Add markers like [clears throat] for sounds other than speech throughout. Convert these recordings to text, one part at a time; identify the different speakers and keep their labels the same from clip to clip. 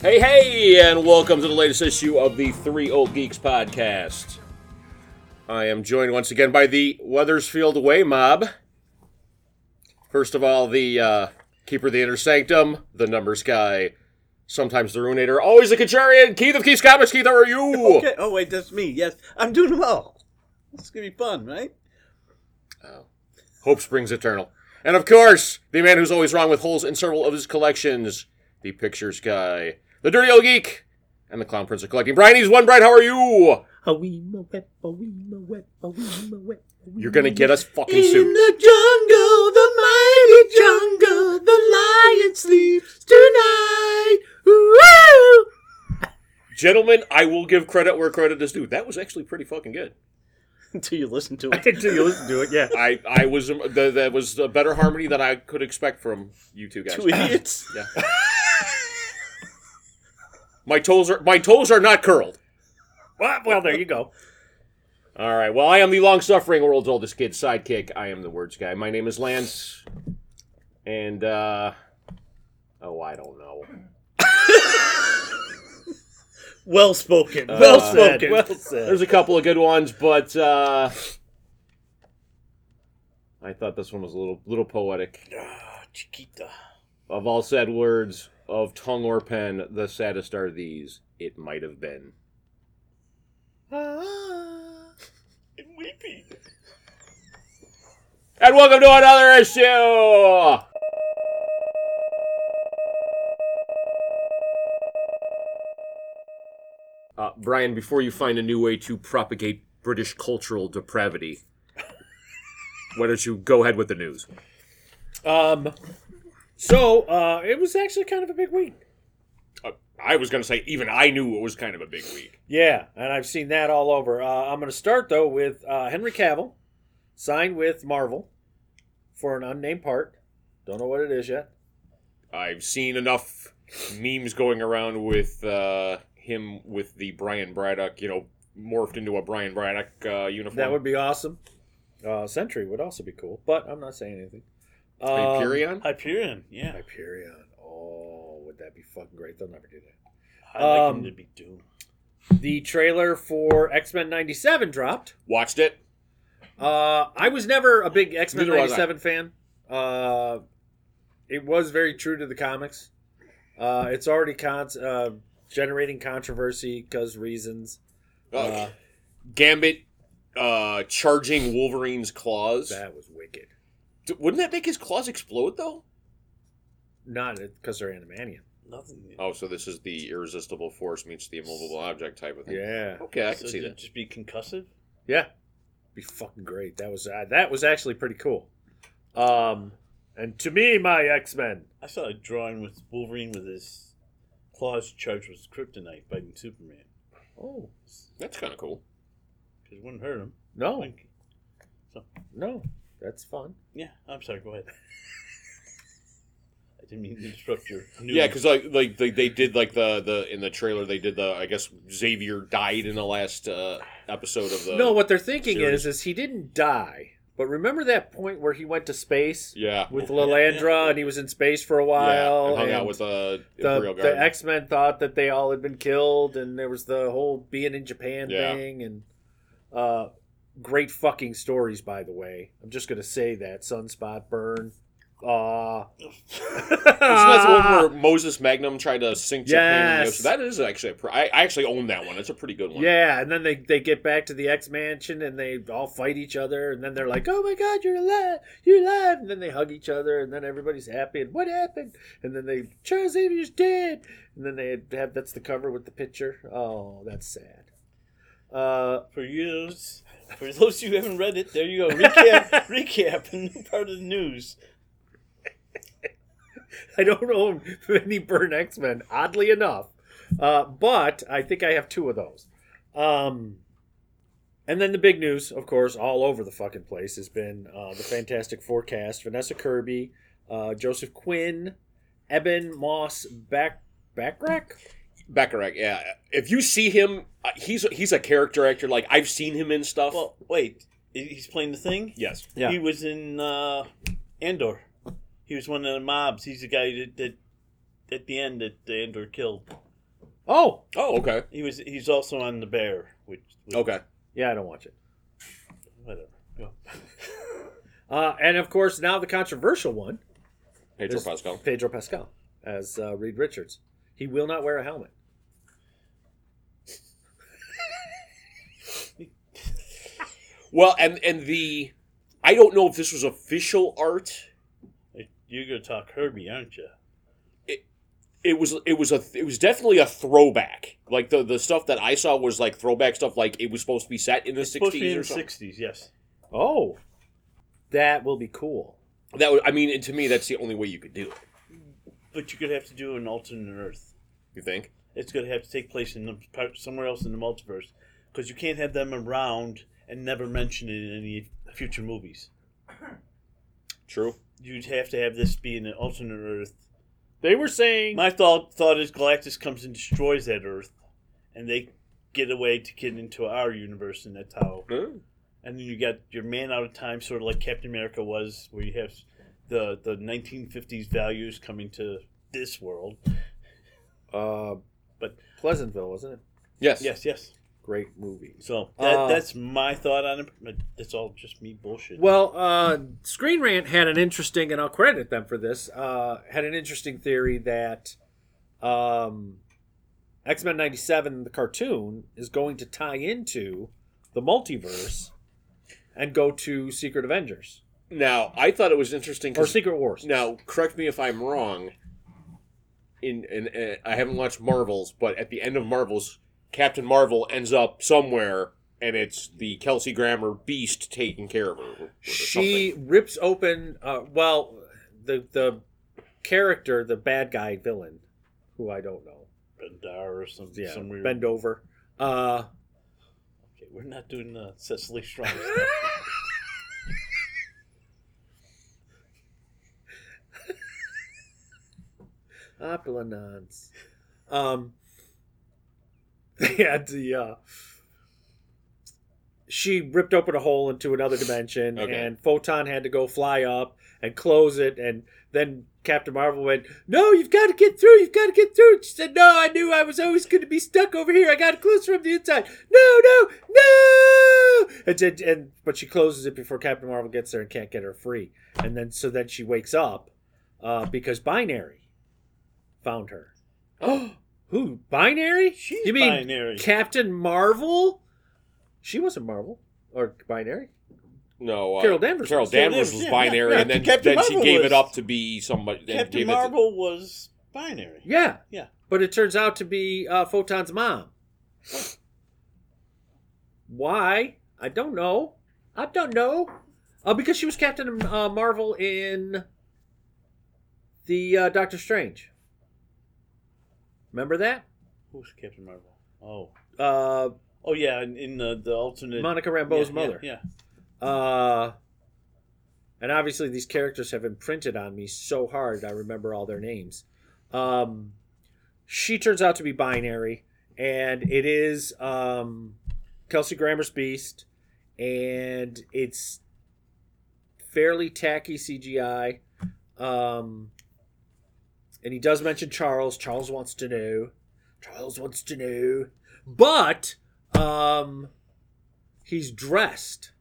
Speaker 1: Hey, hey, and welcome to the latest issue of the Three Old Geeks podcast. I am joined once again by the Weathersfield Way Mob. First of all, the uh, Keeper of the Inner Sanctum, the Numbers Guy, sometimes the Ruinator, always the Contrarian, Keith of Keith's Comics. Keith, how are
Speaker 2: [laughs]
Speaker 1: you?
Speaker 3: Okay. Oh wait, that's me. Yes, I'm doing well. It's gonna be fun, right?
Speaker 1: Hope springs eternal. And of course, the man who's always wrong with holes in several of his collections, the Pictures Guy, the Dirty Old Geek, and the Clown Prince of Collecting. Brian, he's one bright. How are you? You're
Speaker 4: You're
Speaker 1: gonna get us fucking
Speaker 3: In
Speaker 1: sued.
Speaker 3: the jungle, the mighty jungle, the lion sleeps tonight. Ooh.
Speaker 1: Gentlemen, I will give credit where credit is due. That was actually pretty fucking good.
Speaker 3: Until you listen
Speaker 4: [laughs]
Speaker 3: to it.
Speaker 4: until you listen to it. Yeah,
Speaker 1: I, I was th- that was a better harmony than I could expect from you two
Speaker 4: [laughs]
Speaker 1: guys.
Speaker 3: Two idiots.
Speaker 1: My toes are my toes are not curled.
Speaker 4: well, well, there you go.
Speaker 1: All right. Well, I am the long suffering world's oldest kid sidekick. I am the words guy. My name is Lance, and uh, oh, I don't know.
Speaker 4: [laughs] Well spoken.
Speaker 1: Uh,
Speaker 4: well spoken.
Speaker 3: well
Speaker 4: said.
Speaker 1: There's a couple of good ones, but uh, I thought this one was a little little poetic.
Speaker 4: Ah, Chiquita.
Speaker 1: Of all said words of tongue or pen, the saddest are these. It might have been.
Speaker 4: Ah, and weepy.
Speaker 1: And welcome to another issue. Uh, Brian, before you find a new way to propagate British cultural depravity, why don't you go ahead with the news?
Speaker 4: Um. So uh, it was actually kind of a big week.
Speaker 1: Uh, I was going to say, even I knew it was kind of a big week.
Speaker 4: Yeah, and I've seen that all over. Uh, I'm going to start though with uh, Henry Cavill signed with Marvel for an unnamed part. Don't know what it is yet.
Speaker 1: I've seen enough memes going around with uh, him with the Brian Braddock, you know, morphed into a Brian Braddock uh, uniform.
Speaker 4: That would be awesome. Uh, Sentry would also be cool, but I'm not saying anything. Um,
Speaker 1: Hyperion.
Speaker 2: Hyperion, yeah.
Speaker 4: Hyperion. Oh, would that be fucking great? They'll never do that.
Speaker 2: I like
Speaker 4: Um,
Speaker 2: him to be Doom.
Speaker 4: The trailer for X Men '97 dropped.
Speaker 1: Watched it.
Speaker 4: Uh, I was never a big X Men
Speaker 1: Neither was I.
Speaker 4: '97 fan. Uh, it was very true to the comics. Uh, it's already con- uh, generating controversy because reasons.
Speaker 1: Uh,
Speaker 4: Uh,
Speaker 1: Gambit uh, charging Wolverine's claws.
Speaker 4: that was wicked.
Speaker 1: D- Wouldn't that make his claws explode though?
Speaker 4: Not because they're Animanium.
Speaker 2: Nothing.
Speaker 1: Oh, so this is the irresistible force meets the immovable object type of thing.
Speaker 4: Yeah,
Speaker 1: Okay, I
Speaker 2: so
Speaker 1: can see
Speaker 2: it'd
Speaker 1: that.
Speaker 2: Just be concussive.
Speaker 4: yeah, be fucking great. That was uh, that was actually pretty cool. Um, and to me, my X Men.
Speaker 2: I saw a drawing with Wolverine with his claws charged with kryptonite fighting Superman.
Speaker 4: Oh
Speaker 1: That's kind of cool.
Speaker 2: Because it wouldn't hurt him.
Speaker 4: no,
Speaker 2: Like-
Speaker 4: No, that's fun.
Speaker 2: yeah, I'm sorry, go ahead. [laughs] I didn't mean to disrupt your new
Speaker 1: Yeah, because like like they, they did like the the in the trailer they did the I guess Xavier died in the last uh, episode of the
Speaker 4: no, what they're thinking
Speaker 1: series.
Speaker 4: is, is he didn't die. But remember that point where he went to space
Speaker 1: yeah
Speaker 4: with
Speaker 2: Yeah,
Speaker 4: Lilandra,
Speaker 2: yeah.
Speaker 4: and he was in space for a
Speaker 1: yeah,
Speaker 4: while.
Speaker 1: and hung out
Speaker 4: and
Speaker 1: with uh,
Speaker 4: the,
Speaker 1: Imperial Guard.
Speaker 4: the X Men thought that they all had been killed, and there was the whole being in Japan
Speaker 1: Yeah.
Speaker 4: thing, and uh, great fucking stories, by the way. I'm just gonna say that Sunspot Burn.
Speaker 1: [laughs]
Speaker 4: Ah,
Speaker 1: Isn't that the one where Moses Magnum tried to sink Japan? in the
Speaker 4: Yes.
Speaker 1: ocean? That is actually a pr- I, I actually own that one. It's a pretty good one.
Speaker 4: Yeah, and then they, they get back to the X Mansion and they all fight each other, and then they're like, "Oh my God, you're alive! You're alive!" And then they hug each other, and then everybody's happy. And what happened? And then they Charles Xavier's dead. And then they have that's the cover with the picture. Oh, that's sad. Uh,
Speaker 2: For you, for those who haven't read it, there you go.
Speaker 1: [laughs]
Speaker 2: Recap, recap, and new part of the news.
Speaker 4: [laughs] I don't own many Burn X Men, oddly enough, uh, but I think I have two of those. Um, and then the big news, of course, all over the fucking place has been uh, the Fantastic Forecast: Vanessa Kirby, uh, Joseph Quinn, Eben Moss Back Backrack.
Speaker 1: Bacharach, yeah. If you see him, uh, he's he's a character actor. Like I've seen him in stuff.
Speaker 2: Well, wait. he- He's playing the thing?
Speaker 1: yes,
Speaker 4: Yeah.
Speaker 2: He was in uh, Andor. He was one of the mobs. He's the guy that, that at the end that Andor killed.
Speaker 4: Oh,
Speaker 1: Oh, okay.
Speaker 2: He was. He's also on the Bear, which, which
Speaker 1: Okay.
Speaker 4: yeah, I don't watch it.
Speaker 2: whatever.
Speaker 4: Uh, and of course, now the controversial one
Speaker 1: Pedro
Speaker 4: This-
Speaker 1: Pascal.
Speaker 4: Pedro Pascal as uh, Reed Richards. He will not wear a helmet.
Speaker 1: Well, and and the I don't know if this was official art.
Speaker 2: You're gonna talk Herbie, aren't you?
Speaker 1: It was it was a it was definitely a throwback. Like the the stuff that I saw was like throwback stuff. Like it was supposed to be set in the
Speaker 2: Supposed to be
Speaker 1: sixties
Speaker 2: in
Speaker 1: or
Speaker 2: the
Speaker 1: something.
Speaker 2: '60s. Yes.
Speaker 4: Oh, that will be cool.
Speaker 1: That would, I mean, and to me, that's the only way you could do it.
Speaker 2: But you're gonna have to do an alternate Earth.
Speaker 1: You think?
Speaker 2: It's gonna have to take place in the, part- somewhere else in the multiverse, because you can't have them around and never mention it in any future movies.
Speaker 1: True.
Speaker 2: You'd have to have this be in an alternate Earth.
Speaker 4: They were saying
Speaker 2: My thought thought is Galactus comes and destroys that Earth, and they get away to get into our universe, and that's how.
Speaker 1: Hmm.
Speaker 2: And then you got your man out of time, sort of like Captain America was, where you have the the 1950s values coming to this world.
Speaker 4: uh,
Speaker 2: But
Speaker 4: Pleasantville, wasn't it?
Speaker 1: Yes.
Speaker 2: yes, yes.
Speaker 4: Great movie.
Speaker 2: So that,
Speaker 4: Uh,
Speaker 2: that's my thought on it. But it's all just me bullshit.
Speaker 4: Well, uh, Screen Rant had an interesting, and I'll credit them for this, uh, had an interesting theory that um, X Men 97, the cartoon, is going to tie into the multiverse and go to Secret Avengers
Speaker 1: Now, I thought it was interesting.
Speaker 4: or
Speaker 1: 'cause-
Speaker 4: Secret Wars.
Speaker 1: now, correct me if I'm wrong. In, in, in I haven't watched Marvels, but at the end of Marvels, Captain Marvel ends up somewhere, and it's the Kelsey Grammer Beast taking care of her. or- or
Speaker 4: she rips open uh, well the the character the bad guy villain who i don't know
Speaker 2: Bendar or some,
Speaker 4: yeah
Speaker 2: some weird.
Speaker 4: bend over uh
Speaker 2: Okay, we're not doing the Cecily
Speaker 4: [laughs]
Speaker 2: Strong.
Speaker 4: opulence. um they had the uh she ripped open a hole into another dimension
Speaker 1: Okay.
Speaker 4: and photon had to go fly up and close it and then captain marvel went no you've got to get through you've got to get through she said no i knew i was always going to be stuck over here i got to close from the inside no no no and, and, and but she closes it before captain marvel gets there and can't get her free and then so then she wakes up uh, because binary found her [gasps]
Speaker 1: something.
Speaker 4: who binary
Speaker 2: She's
Speaker 4: you mean
Speaker 2: binary.
Speaker 4: Captain Marvel? She wasn't Marvel or binary.
Speaker 1: no, uh,
Speaker 4: Carol Danvers
Speaker 1: Carol
Speaker 4: was-
Speaker 2: Carol
Speaker 1: Danvers was
Speaker 2: Danvers, yeah,
Speaker 1: binary,
Speaker 2: yeah,
Speaker 1: and then,
Speaker 2: Captain
Speaker 1: then she
Speaker 2: Marvel
Speaker 1: gave
Speaker 2: was-
Speaker 1: it up to be somebody. and
Speaker 2: Captain
Speaker 1: gave it to-
Speaker 2: Marvel was binary.
Speaker 4: Yeah,
Speaker 2: Yeah.
Speaker 4: but it turns out to be uh, Photon's mom. Why? I don't know. I don't know. Uh, because she was Captain uh, Marvel in the uh, Doctor Strange. Remember that?
Speaker 2: Who's Captain Marvel? Oh,
Speaker 4: Uh,
Speaker 2: oh yeah, in, in the the alternate
Speaker 4: Monica
Speaker 2: yeah,
Speaker 4: Rambeau's
Speaker 2: yeah,
Speaker 4: mother.
Speaker 2: Yeah,
Speaker 4: Uh, and obviously, these characters have imprinted on me so hard I remember all their names. Um, she turns out to be binary, and it is um, Kelsey Grammer's Beast, and it's fairly tacky CGI. Um, and he does mention Charles. Charles wants to know. Charles wants to know. But um, he's dressed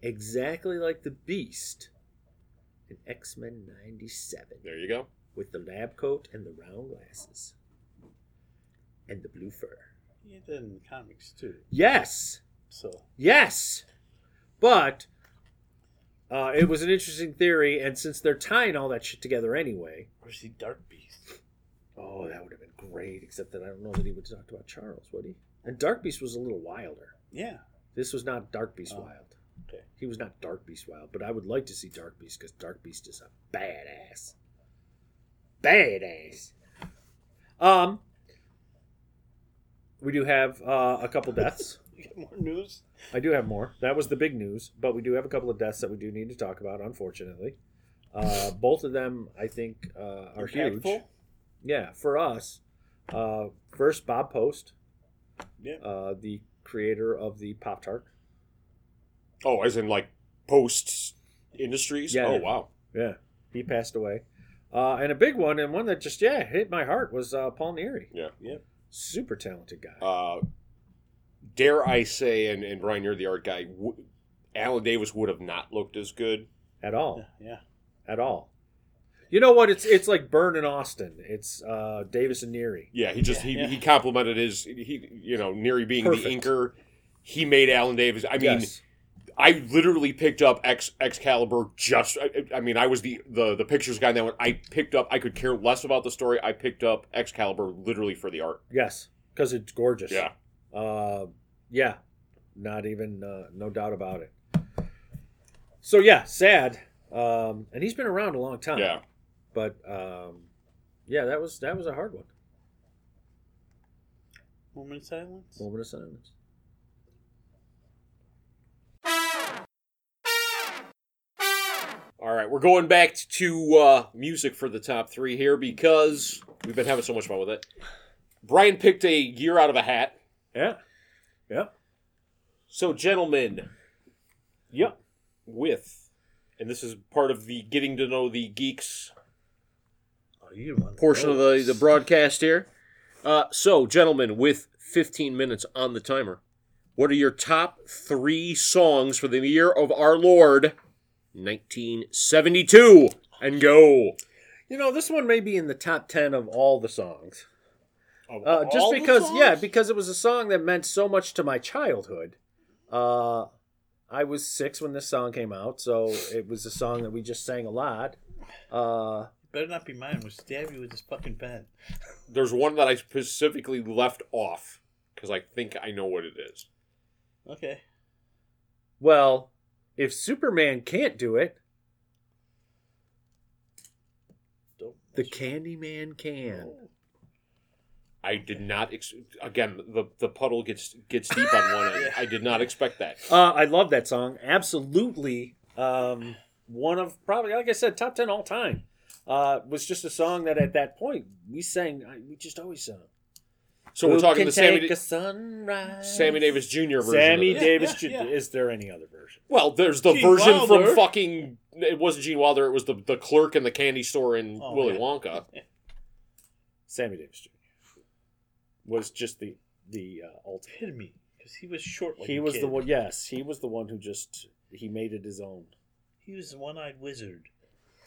Speaker 4: exactly like the Beast in X Men 97
Speaker 1: There you go.
Speaker 4: with the lab coat and the round glasses and the blue fur.
Speaker 2: he did in the comics too.
Speaker 4: Yes,
Speaker 2: So
Speaker 4: yes, but uh, it was an interesting theory, and since they're tying all that shit together anyway,
Speaker 2: where's the Dark Beast?
Speaker 4: oh, that would have been great. Except that I don't know that he would have talked about Charles, would he? And Dark Beast was a little wilder.
Speaker 2: Yeah, [laughs]
Speaker 4: This was not Dark Beast
Speaker 2: Oh,
Speaker 4: Wild.
Speaker 2: okay.
Speaker 4: He was not Dark Beast Wild, but I would like to see Dark Beast because Dark Beast is a badass. Badass. Um, we do have uh, a
Speaker 2: [laughs]
Speaker 4: couple deaths.
Speaker 2: we got more news.
Speaker 4: I do have more. That was the big news, but we do have a couple of deaths that we do need to talk about, unfortunately. Uh, both of them, I think, uh, are huge.
Speaker 2: Impactful?
Speaker 4: Yeah, for us. Uh, first, Bob Post,
Speaker 2: Yeah.
Speaker 4: uh, the creator of the Pop Tart.
Speaker 1: Oh, as in like post industries.
Speaker 4: Yeah.
Speaker 1: Oh, wow.
Speaker 4: Yeah, he passed away. Uh, and a big one, and one that just yeah hit my heart was uh, Paul Neary.
Speaker 1: Yeah.
Speaker 2: Yep.
Speaker 4: Super talented guy.
Speaker 1: uh, dare I say, and, and Brian, you're the art guy, w- Alan Davis would have not looked as good.
Speaker 4: at all.
Speaker 2: Yeah.
Speaker 4: At all. You know what? It's it's like Byrne and Austin. It's uh, Davis and Neary.
Speaker 1: Yeah, he just he,
Speaker 2: Yeah.
Speaker 1: he complimented his he you know Neary being the
Speaker 4: Perfect.
Speaker 1: inker. He made Alan Davis. I mean,
Speaker 4: Yes.
Speaker 1: I literally picked up X Excalibur. Just I, I mean, I was the, the the pictures guy in that one. I picked up. I could care less about the story. I picked up Excalibur literally for the art.
Speaker 4: Yes, because it's gorgeous.
Speaker 1: Yeah.
Speaker 4: Uh, yeah. Not even, uh, no doubt about it. So, yeah, sad. Um, and he's been around a long time.
Speaker 1: Yeah.
Speaker 4: But, um, yeah, that was that was a hard one.
Speaker 2: Moment of silence.
Speaker 4: Moment of silence.
Speaker 1: All right, we're going back to uh, music for the top three here because we've been having so much fun with it. Brian picked a year out of a hat.
Speaker 4: Yeah. Yeah.
Speaker 1: So, gentlemen,
Speaker 4: Yeah.
Speaker 1: with, and this is part of the getting to know the geeks
Speaker 3: Oh, you didn't want
Speaker 1: portion of the, the broadcast here. Uh, so, gentlemen, with 15 minutes on the timer, what are your top three songs for the year of our Lord, 1972? And go.
Speaker 4: You know, this one may be in the top 10 of all the songs.
Speaker 2: Of
Speaker 4: Uh, just
Speaker 2: all the
Speaker 4: because,
Speaker 2: songs?
Speaker 4: yeah, because it was a song that meant so much to my childhood. Uh, I was six when this song came out, so it was a song that we just sang a lot. Uh,
Speaker 2: Better not be mine. We'll stab you with this fucking pen.
Speaker 1: There's one that I specifically left off because I think I know what it is.
Speaker 2: Okay.
Speaker 4: well, if Superman can't do it,
Speaker 2: Don't.
Speaker 4: the Candyman can.
Speaker 1: I did not ex- again the the puddle gets gets deep on one
Speaker 2: [laughs]
Speaker 1: end. I did not expect that.
Speaker 4: Uh, I love that song. Absolutely, um, one of probably, like I said, top ten all time. Uh, was just a song that at that point we sang. I, we just always sung.
Speaker 1: So we're
Speaker 4: Who
Speaker 1: talking
Speaker 4: can
Speaker 1: the Sammy
Speaker 4: take
Speaker 1: Da-
Speaker 4: a sunrise.
Speaker 1: Sammy Davis Jr. version. of
Speaker 4: Sammy
Speaker 1: it.
Speaker 2: Yeah,
Speaker 4: Davis.
Speaker 2: yeah,
Speaker 4: Jr.
Speaker 2: yeah.
Speaker 4: Is there any other version?
Speaker 1: Well, there's the
Speaker 2: Gene
Speaker 1: version
Speaker 2: Wilder.
Speaker 1: from fucking. It wasn't Gene Wilder. It was the, the clerk in the candy store in
Speaker 2: Oh,
Speaker 1: Willy
Speaker 2: yeah.
Speaker 1: Wonka.
Speaker 4: Sammy Davis Jr. was just the the uh, ultimate.
Speaker 2: Hit me. Because he was short like
Speaker 4: he
Speaker 2: a
Speaker 4: was the
Speaker 2: kid.
Speaker 4: one. Yes, he was the one who just he made it his own.
Speaker 2: He was the one-eyed wizard.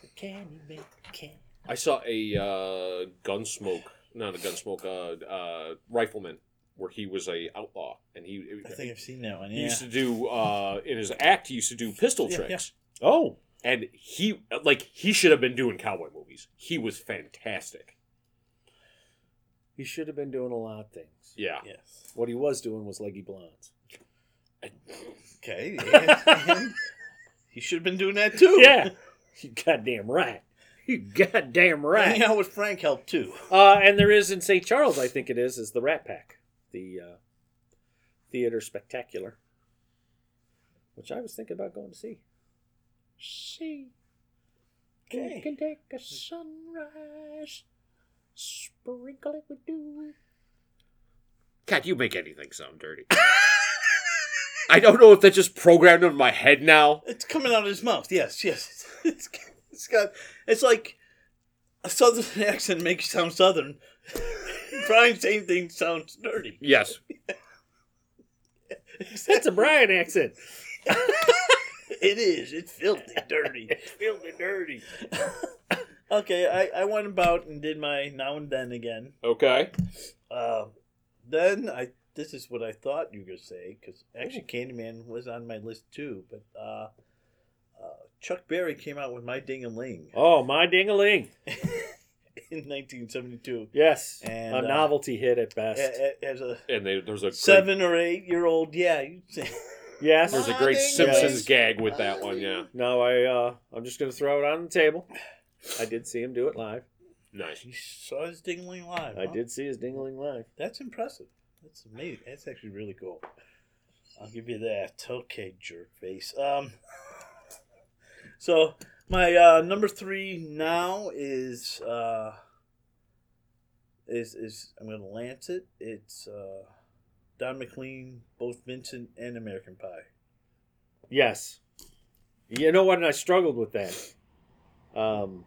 Speaker 2: The candy man can.
Speaker 1: I saw a uh, gunsmoke, not a gunsmoke, uh, uh, rifleman, where he was a outlaw, and he
Speaker 2: I think I've seen that one.
Speaker 1: he
Speaker 2: Yeah.
Speaker 1: used to do uh, in his act. He used to do pistol
Speaker 2: Yeah,
Speaker 1: tricks,
Speaker 4: Oh,
Speaker 1: and he like he should have been doing cowboy movies. He was fantastic.
Speaker 4: he should have been doing a lot of things.
Speaker 1: Yeah,
Speaker 2: Yes.
Speaker 4: What he was doing was leggy blondes.
Speaker 2: [laughs] Okay. and- and he should have been doing that too.
Speaker 4: Yeah, [laughs] you goddamn right. You [laughs] goddamn
Speaker 2: Hang
Speaker 4: right.
Speaker 2: out with Frank helped too.
Speaker 4: Uh, and there is in St. Charles, I think it is, is the Rat Pack, the uh, theater spectacular, which I was thinking about going to see. See,
Speaker 2: Okay.
Speaker 4: can take a sunrise, sprinkle it with dew.
Speaker 1: God, you make anything sound dirty. [laughs] I don't know if that's just programmed in my head now.
Speaker 2: It's coming out of his mouth. Yes, yes. [laughs] It's, it's got. It's like a southern [laughs] accent makes you sound southern. [laughs] Brian's same thing sounds dirty. [laughs]
Speaker 1: Yes,
Speaker 4: [laughs] That's a Brian accent.
Speaker 2: It is. It's filthy dirty. [laughs] it's filthy dirty. [laughs] okay, I, I went about and did my now and then again.
Speaker 1: Okay.
Speaker 2: Um, then I this is what I thought you were gonna say because actually Candyman was on my list too, but uh, uh, Chuck Berry came out with My Ding a Ling
Speaker 4: Oh, my ding-a-ling.
Speaker 2: [laughs] in 1972
Speaker 4: Yes,
Speaker 2: And,
Speaker 4: a
Speaker 2: uh,
Speaker 4: novelty hit at
Speaker 2: A-
Speaker 4: best.
Speaker 2: a- as a
Speaker 1: And they, there's a great,
Speaker 2: seven or eight year old. Yeah, you say
Speaker 4: yes.
Speaker 1: there's a great
Speaker 2: Yeah.
Speaker 1: Simpsons gag with that one. Yeah,
Speaker 4: No, I uh, I'm just gonna throw it on the table. I did see him do it live.
Speaker 1: nice.
Speaker 2: you saw his Ding a Ling live.
Speaker 4: I
Speaker 2: huh?
Speaker 4: did see his ding-a-ling live.
Speaker 2: That's impressive. That's amazing. That's actually really cool. I'll give you that. Okay, jerk face. Um, so my uh, number three now is uh, is is I'm gonna lance it. It's uh, Don McLean, both Vincent and American Pie.
Speaker 4: Yes. You know what? And I struggled with that. Um,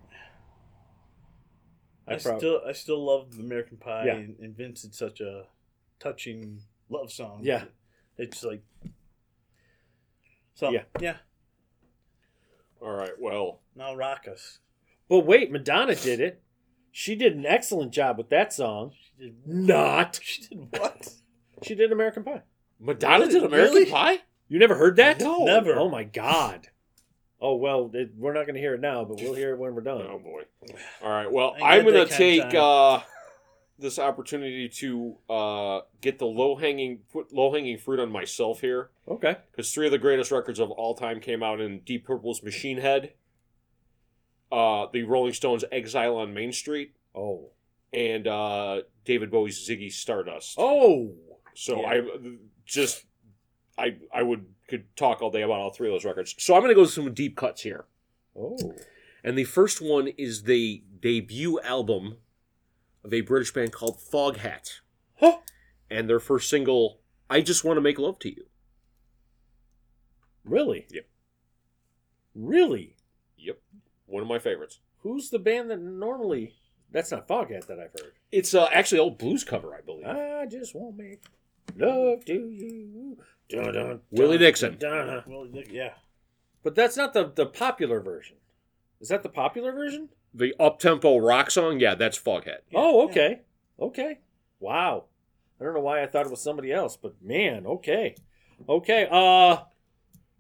Speaker 2: I,
Speaker 4: I, prob-
Speaker 2: still I still love American Pie,
Speaker 4: Yeah.
Speaker 2: and, and Vince is such a touching love song.
Speaker 4: Yeah.
Speaker 2: it's like so. Yeah,
Speaker 4: Yeah.
Speaker 2: yeah.
Speaker 1: All right. Well,
Speaker 2: Now rock us.
Speaker 4: But wait, Madonna did it. She did an excellent job with that song.
Speaker 2: She did,
Speaker 4: Not.
Speaker 2: she did [laughs] what?
Speaker 4: She did American Pie.
Speaker 1: Madonna did American
Speaker 2: Really?
Speaker 1: Pie.
Speaker 4: You never heard that?
Speaker 1: No.
Speaker 2: Never.
Speaker 4: Oh my god. Oh well, it, we're not going to hear it now, but we'll hear it when we're done.
Speaker 1: Oh boy. All right. Well,
Speaker 2: I
Speaker 1: I'm
Speaker 2: got
Speaker 1: going
Speaker 2: that
Speaker 1: to
Speaker 2: kind of
Speaker 1: take uh,
Speaker 2: time.
Speaker 1: this opportunity to uh, get the low hanging put low hanging fruit on myself here
Speaker 4: Okay.
Speaker 1: because three of the greatest records of all time came out in Deep Purple's Machine Head, uh, the Rolling Stones' Exile on Main Street,
Speaker 4: Oh.
Speaker 1: and uh, David Bowie's Ziggy Stardust.
Speaker 4: Oh.
Speaker 1: So
Speaker 4: Yeah.
Speaker 1: I just I I would could talk all day about all three of those records. So I'm going to go with some deep cuts here.
Speaker 4: Oh.
Speaker 1: And the first one is the debut album of a British band called Foghat.
Speaker 4: Huh.
Speaker 1: And their first single, I Just Want to Make Love to You.
Speaker 4: Really?
Speaker 1: Yep.
Speaker 4: Really?
Speaker 1: Yep. One of my favorites.
Speaker 4: Who's the band that normally? That's not Foghat that I've heard.
Speaker 1: It's uh, actually an old blues cover, I believe.
Speaker 4: I just want to make love to you. Dun, dun,
Speaker 1: Willie
Speaker 4: dun,
Speaker 1: Dixon.
Speaker 4: dun, dun.
Speaker 2: Well, yeah.
Speaker 4: But that's not the the popular version. Is that the popular version?
Speaker 1: The up tempo rock song, yeah, that's Foghat.
Speaker 2: Yeah,
Speaker 4: oh,
Speaker 2: yeah.
Speaker 4: okay. Okay. Wow. I don't know why I thought it was somebody else, but man, okay. Okay. Uh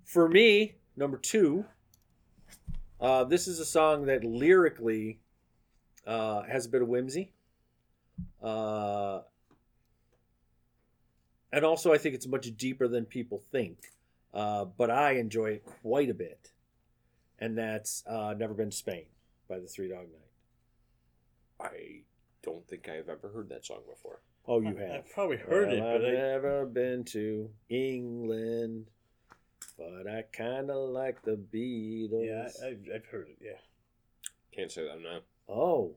Speaker 4: for me, number 2, uh this is a song that lyrically uh has a bit of whimsy. Uh and also I think it's much deeper than people think. Uh but I enjoy it quite a bit. And that's uh Never Been to Spain by the Three Dog Night.
Speaker 1: I don't think I've ever heard that song before.
Speaker 4: Oh, you
Speaker 2: I-
Speaker 4: have.
Speaker 2: I've probably heard
Speaker 4: Well, I've
Speaker 2: it,
Speaker 4: never been to England, but I kind of like the
Speaker 2: but I,
Speaker 4: Beatles.
Speaker 2: yeah, I, I've, I've heard it. Yeah,
Speaker 1: Can't say that now.
Speaker 4: oh,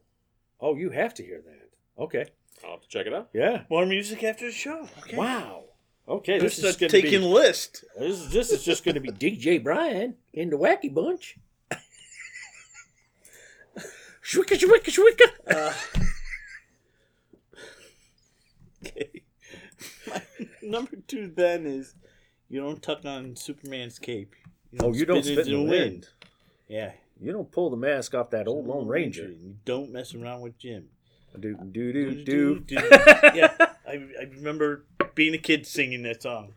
Speaker 4: oh, you have to hear that. Okay,
Speaker 1: I'll have to check it out.
Speaker 4: yeah.
Speaker 2: more music after the show. Okay.
Speaker 4: Wow. Okay,
Speaker 2: this,
Speaker 4: this, is
Speaker 2: is
Speaker 4: going to
Speaker 2: taking
Speaker 4: be
Speaker 2: list. [laughs]
Speaker 4: this, is- this is just going to be DJ Brian in the Wacky Bunch. [laughs] Shwicka, shwicka, shwicka.
Speaker 2: Uh, okay. My number two then is you don't tuck on Superman's cape.
Speaker 4: Oh, you don't spit in the wind.
Speaker 2: Yeah.
Speaker 4: You don't pull the mask off that old Lone Ranger.
Speaker 2: You don't mess around with Jim.
Speaker 4: Do do do
Speaker 2: Do,
Speaker 4: do. [laughs]
Speaker 2: do, do. yeah, I, I remember being a kid singing that song.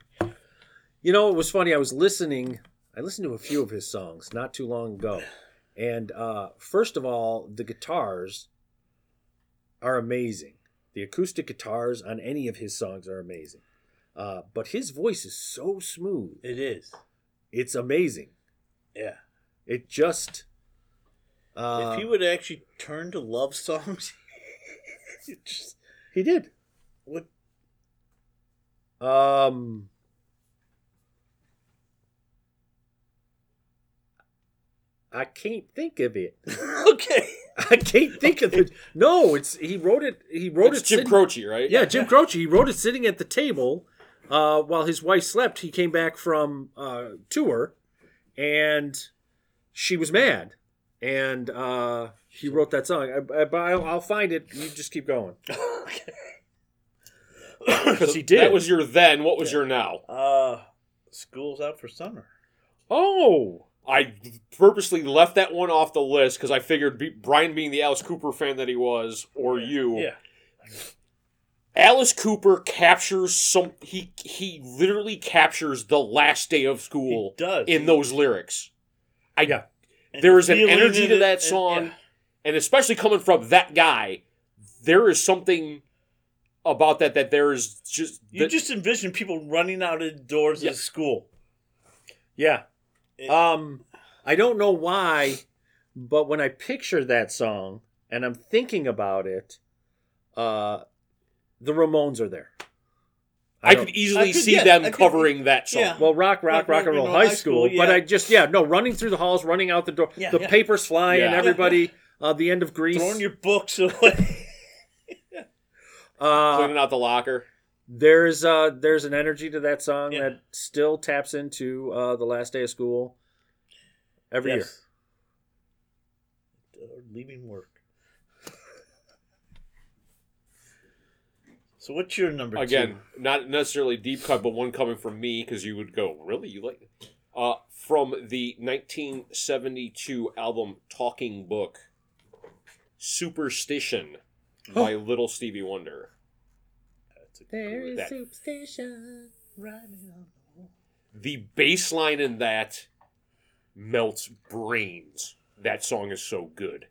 Speaker 4: You know, it was funny. I was listening. I listened to a few of his songs not too long ago, and uh, first of all, the guitars are amazing. The acoustic guitars on any of his songs are amazing, uh, but his voice is so smooth.
Speaker 2: It is.
Speaker 4: It's amazing.
Speaker 2: Yeah.
Speaker 4: It just. Uh,
Speaker 2: if he would actually turn to love songs, [laughs] it just
Speaker 4: he did.
Speaker 2: would.
Speaker 4: Um, I can't think of it. [laughs]
Speaker 2: okay.
Speaker 4: I can't think of it. No, it's he wrote it. He wrote
Speaker 1: It's
Speaker 4: it.
Speaker 1: Jim
Speaker 4: sitting-
Speaker 1: Croce, right?
Speaker 4: Yeah, Jim Croce. He wrote it sitting at the table uh, while his wife slept. He came back from uh, tour, and she was mad, and uh, he wrote that song. I, I, but I'll, I'll find it. You just keep [laughs] going
Speaker 2: okay.
Speaker 4: because he
Speaker 1: That was your then. What was your now?
Speaker 2: [coughs] Uh, school's out for summer.
Speaker 4: oh
Speaker 1: I purposely left that one off the list because I figured be, Brian, being the Alice Cooper fan that he was, or you,
Speaker 2: Yeah.
Speaker 1: Alice Cooper captures some. He he literally captures the last day of school
Speaker 2: He does.
Speaker 1: in those lyrics, I-
Speaker 4: yeah.
Speaker 2: And
Speaker 1: there is an
Speaker 2: feeling
Speaker 1: energy
Speaker 2: in
Speaker 1: to
Speaker 2: it,
Speaker 1: that
Speaker 2: and-
Speaker 1: song.
Speaker 2: yeah.
Speaker 1: and especially coming from that guy, there is something about that that there is just
Speaker 2: You
Speaker 1: that-
Speaker 2: just envision people running out of the doors
Speaker 1: Yeah.
Speaker 2: of school.
Speaker 4: Yeah.
Speaker 2: It-
Speaker 4: Um, I don't know why, but when I picture that song and I'm thinking about it, uh, the Ramones are there.
Speaker 1: I, could e
Speaker 4: don't-
Speaker 1: easily
Speaker 2: I could-
Speaker 1: see
Speaker 2: yeah,
Speaker 1: them
Speaker 2: I could- e
Speaker 1: covering that song.
Speaker 2: yeah.
Speaker 4: well rock, rock, rock,
Speaker 2: Rock,
Speaker 4: and roll high school, but
Speaker 2: yeah.
Speaker 4: I just yeah no running through the halls, running out the door,
Speaker 2: Yeah,
Speaker 4: the
Speaker 2: yeah.
Speaker 4: papers flying,
Speaker 1: Yeah.
Speaker 4: and everybody uh, the end of Greece.
Speaker 2: Throwing your books [laughs] away.
Speaker 4: uh,
Speaker 1: Cleaning out the locker.
Speaker 4: there's uh, there's an energy to that song
Speaker 2: Yeah.
Speaker 4: that still taps into uh, the last day of school every year.
Speaker 2: Uh, Yes. Or leaving work. So what's your number
Speaker 1: Again,
Speaker 2: two?
Speaker 1: not necessarily deep cut, but one coming from me because you would go, really, you like uh, from the 1972 album Talking Book, Superstition by Little Stevie Wonder.
Speaker 2: That's a
Speaker 3: There
Speaker 2: great-
Speaker 3: is
Speaker 1: That-
Speaker 3: superstition riding on the wall.
Speaker 1: The bass line in that melts brains. That song is so good.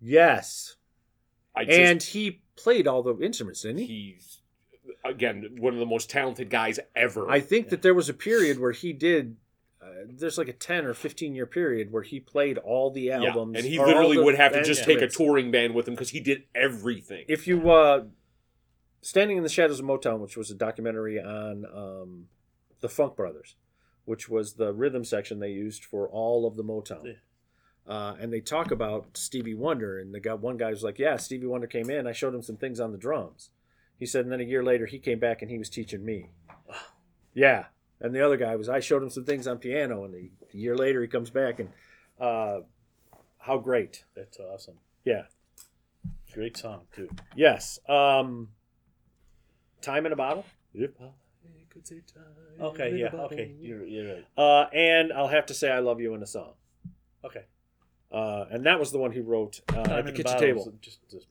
Speaker 4: Yes.
Speaker 1: I just,
Speaker 4: And he played all the instruments, didn't he?
Speaker 1: he's again one of the most talented guys ever.
Speaker 4: I think that there was a period where he did. Uh, there's like a ten or fifteen year period where he played all the
Speaker 1: Yeah,
Speaker 4: albums,
Speaker 1: and he
Speaker 4: or all
Speaker 1: literally
Speaker 4: the
Speaker 1: would have to just take a
Speaker 4: instruments.
Speaker 1: touring band with him because he did everything.
Speaker 4: If you uh, standing in the shadows of Motown, which was a documentary on um, the Funk Brothers, which was the rhythm section they used for all of the Motown.
Speaker 2: Yeah.
Speaker 4: Uh, and they talk about Stevie Wonder, and the guy, one guy was like, "Yeah, Stevie Wonder came in. I showed him some things on the drums." He said, and then a year later, he came back and he was teaching me. Yeah, and the other guy was, I showed him some things on piano, and he, a year later, he comes back and, uh, how great?
Speaker 2: That's awesome.
Speaker 4: Yeah,
Speaker 2: Great song too.
Speaker 4: yes. Um, time in a bottle.
Speaker 2: Okay, yeah, okay, you're, you're right.
Speaker 4: Uh, and I'll have to say I love you in a song.
Speaker 2: Okay,
Speaker 4: Uh, and that was the one he wrote uh, at
Speaker 2: Time
Speaker 4: the
Speaker 2: in
Speaker 4: kitchen
Speaker 2: Bottle is
Speaker 4: table.
Speaker 2: Just, just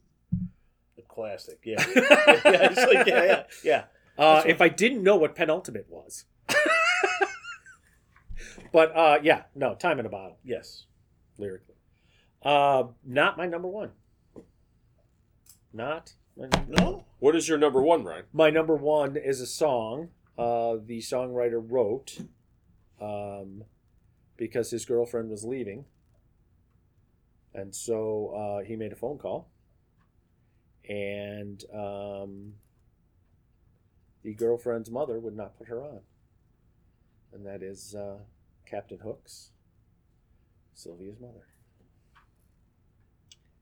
Speaker 2: a classic. [laughs] Yeah, yeah, it's like, yeah, yeah, yeah.
Speaker 4: Uh, if I didn't know what penultimate was. [laughs] but uh, yeah, no, time in a bottle
Speaker 2: Yes.
Speaker 4: lyrically. Uh, not my number one. Not my number
Speaker 2: No.
Speaker 1: What is your number one, Ryan?
Speaker 4: My number one is a song uh, the songwriter wrote um, because his girlfriend was leaving. And so uh, he made a phone call. And um, the girlfriend's mother would not put her on. And that is uh, Captain Hooks, Sylvia's mother.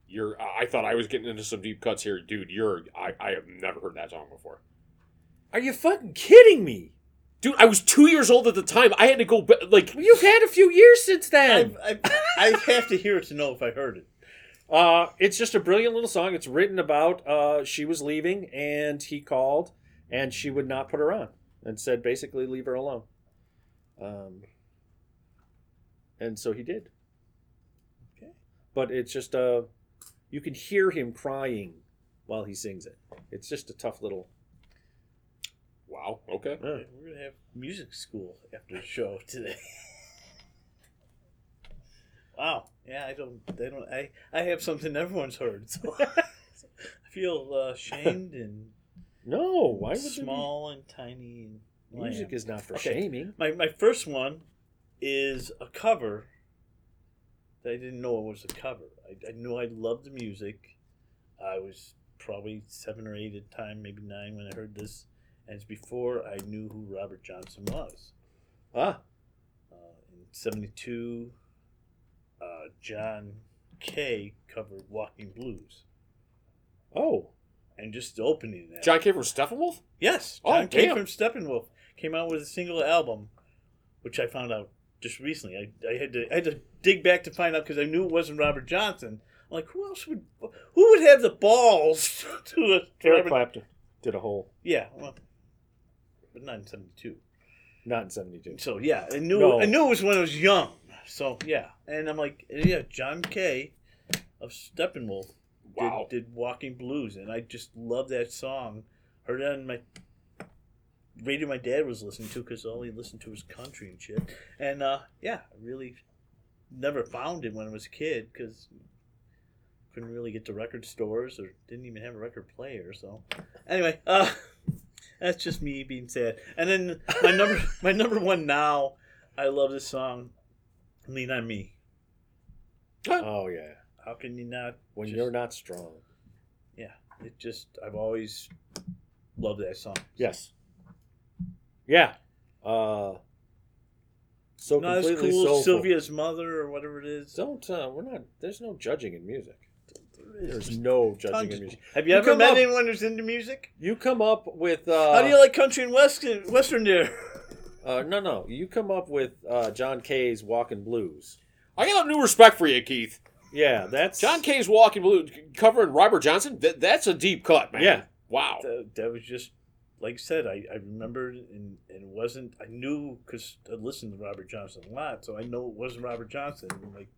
Speaker 1: You're. I I thought I was getting into some deep cuts here, dude. You're. I. I have never heard that song before,
Speaker 4: Are you fucking kidding me?
Speaker 1: dude. I was two years old at the time. I had to go. ba- Like
Speaker 4: You've had a few years since then.
Speaker 2: I, I, I have to hear it to know if I heard it.
Speaker 4: Uh, it's just a brilliant little song. It's written about uh, she was leaving and he called and she would not put her on and said basically leave her alone. Um, and so he did.
Speaker 2: Okay.
Speaker 4: But it's just uh, you can hear him crying while he sings it. It's just a tough little. uh,
Speaker 1: wow. Okay.
Speaker 2: All right, we're gonna have music school after the show today. [laughs] wow. Yeah, I don't. They don't. I. I have something everyone's heard. So [laughs] I feel uh, shamed and
Speaker 4: No, why would there be-
Speaker 2: small and tiny. And
Speaker 4: Music
Speaker 2: lamb.
Speaker 4: is not for
Speaker 2: Okay.
Speaker 4: shaming.
Speaker 2: my my first one is a cover that I didn't know it was a cover. I, I knew I loved the music. I was probably seven or eight at the time, maybe nine when I heard this, and it's before I knew who Robert Johnson was.
Speaker 4: Ah,
Speaker 2: Uh, in '72, uh, John Kay covered "Walking Blues,"
Speaker 4: oh,
Speaker 2: and just the opening of that
Speaker 1: John came from Steppenwolf.
Speaker 2: Yes,
Speaker 1: Oh,
Speaker 2: John Kay
Speaker 1: damn.
Speaker 2: from Steppenwolf came out with a single album, which I found out just recently. I, I had to I had to dig back to find out because I knew it wasn't Robert Johnson. I'm like, who else would who would have the balls [laughs] to a to
Speaker 4: Eric
Speaker 2: Robert-
Speaker 4: Clapton did a whole
Speaker 2: Yeah, well, but not in '72.
Speaker 4: not in '72.
Speaker 2: So yeah, I knew
Speaker 4: No.
Speaker 2: I knew it was when I was young. So yeah, and I'm like, yeah, John Kay of Steppenwolf did,
Speaker 1: Wow.
Speaker 2: did Walking Blues, and I just love that song. Heard it on my radio. My dad was listening to because all he listened to was country and shit. And uh, yeah, I really never found it when I was a kid because couldn't really get to record stores or didn't even have a record player. So anyway, uh, [laughs] that's just me being sad. And then my number my number one now. I love this song, "Lean on Me."
Speaker 4: Oh yeah,
Speaker 2: How can you not
Speaker 4: when
Speaker 2: just-
Speaker 4: you're not strong.
Speaker 2: Yeah, it just I've always loved that song.
Speaker 4: Yes. Yeah. Uh, so
Speaker 2: Not as
Speaker 4: completely
Speaker 2: cool
Speaker 4: soulful.
Speaker 2: as Sylvia's mother or whatever it is.
Speaker 4: Don't. Uh, we're not. There's no judging in music.
Speaker 2: There's
Speaker 4: There's no judging
Speaker 2: tons
Speaker 4: in
Speaker 2: of-
Speaker 4: music.
Speaker 2: Have
Speaker 4: You
Speaker 2: you ever
Speaker 4: come
Speaker 2: met
Speaker 4: up-
Speaker 2: anyone who's into music?
Speaker 4: You come up with. Uh,
Speaker 2: How do you like country and west, western
Speaker 4: [laughs]
Speaker 2: there?
Speaker 4: uh, no, no. You come up with uh, John Kay's "Walking Blues."
Speaker 1: I got a new respect for you, Keith.
Speaker 4: Yeah, that's
Speaker 1: John Kay's Walking Blue covering Robert Johnson. That, that's a deep cut, man.
Speaker 4: Yeah.
Speaker 1: Wow.
Speaker 2: That, that was just like I said. I, I remembered and and it wasn't. I knew because I listened to Robert Johnson a lot, so I know it wasn't Robert Johnson. and, like,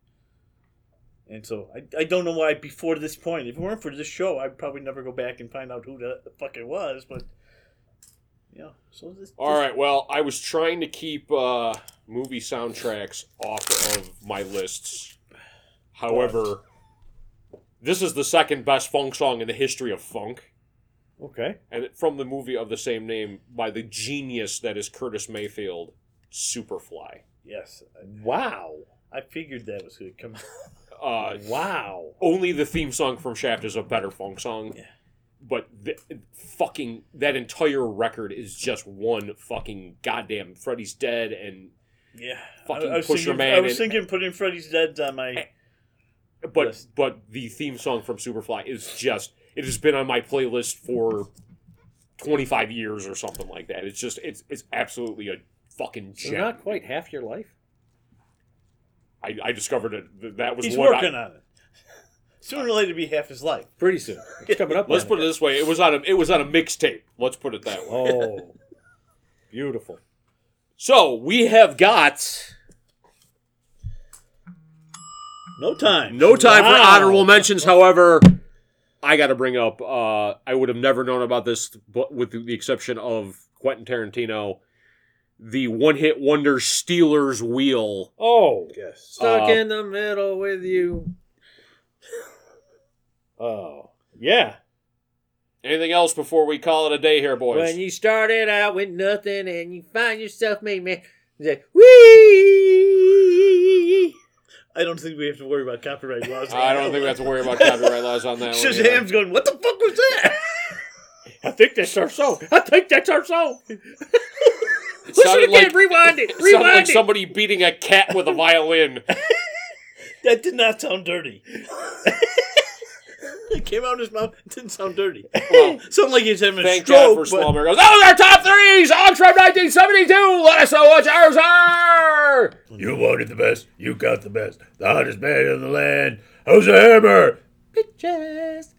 Speaker 2: and so I, I don't know why before this point, if it weren't for this show, I'd probably never go back and find out who the, the fuck it was. But yeah, so this.
Speaker 1: All
Speaker 2: this-
Speaker 1: right. Well, I was trying to keep uh, movie soundtracks off of my lists. However, this is the second best funk song in the history of funk,
Speaker 4: okay.
Speaker 1: and it- from the movie of the same name by the genius that is Curtis Mayfield, Superfly.
Speaker 2: Yes,
Speaker 4: Wow,
Speaker 2: I, I figured that was going to come.
Speaker 1: Uh,
Speaker 4: wow.
Speaker 1: only the theme song from Shaft is a better funk song.
Speaker 2: Yeah.
Speaker 1: But th- fucking that entire record is just one fucking goddamn Freddy's dead and
Speaker 2: [laughs] Yeah,
Speaker 1: Fucking
Speaker 2: I, I was
Speaker 1: Pusher
Speaker 2: thinking,
Speaker 1: Man
Speaker 2: I
Speaker 1: and-
Speaker 2: was thinking putting Freddy's Dead on my.
Speaker 1: but
Speaker 2: Yes.
Speaker 1: but the theme song from Superfly is just it has been on my playlist for 25 years or something like that. It's just it's it's absolutely a fucking
Speaker 4: So
Speaker 1: gem.
Speaker 4: not quite half your life.
Speaker 1: I, I discovered it that, that was
Speaker 2: He's
Speaker 1: one I-
Speaker 2: working on it. [laughs] Sooner or later, it'd be half his life.
Speaker 4: Pretty soon, it's
Speaker 2: [laughs]
Speaker 4: coming up.
Speaker 1: Let's
Speaker 4: on
Speaker 1: put it this way. It was on a it was on a mixtape. Let's put it that way.
Speaker 2: [laughs]
Speaker 4: Oh, beautiful.
Speaker 1: So, we have got
Speaker 2: No time.
Speaker 1: No time for
Speaker 4: Wow.
Speaker 1: honorable mentions. However, I got to bring up. Uh, I would have never known about this, but with the exception of Quentin Tarantino, the one-hit wonder Steelers Wheel.
Speaker 4: Oh,
Speaker 2: Yes.
Speaker 4: stuck
Speaker 1: Uh,
Speaker 4: in the middle with you. [laughs] Oh, yeah.
Speaker 1: Anything else before we call it a day here, boys?
Speaker 4: When you started out with nothing and you find yourself made man, you say, wee.
Speaker 2: I don't think we have to worry about copyright laws.
Speaker 1: [laughs] I don't think we have to worry
Speaker 2: [laughs]
Speaker 1: about copyright laws on that one. either.
Speaker 2: Shazam's going. What the fuck was that? [laughs]
Speaker 4: I think that's our song. I think that's our song. [laughs]
Speaker 1: It
Speaker 4: Listen
Speaker 1: sounded
Speaker 4: again.
Speaker 1: like,
Speaker 4: rewind it.
Speaker 1: it [laughs] sounded
Speaker 4: Rewind
Speaker 1: like
Speaker 4: it.
Speaker 1: somebody beating a cat with a
Speaker 2: [laughs]
Speaker 1: violin.
Speaker 2: that did not sound
Speaker 1: [laughs]
Speaker 2: dirty. it came out of his mouth. It didn't sound dirty.
Speaker 1: Well,
Speaker 2: Sounded like he was having a
Speaker 1: thank God
Speaker 2: stroke.
Speaker 1: for
Speaker 2: but-
Speaker 1: Small Bear. Goes, Those are top threes on from 1972. Let us know what ours are.
Speaker 5: You wanted the best. You got the best. The hottest man in the land. Jose Hammer.
Speaker 2: [laughs]
Speaker 4: Just-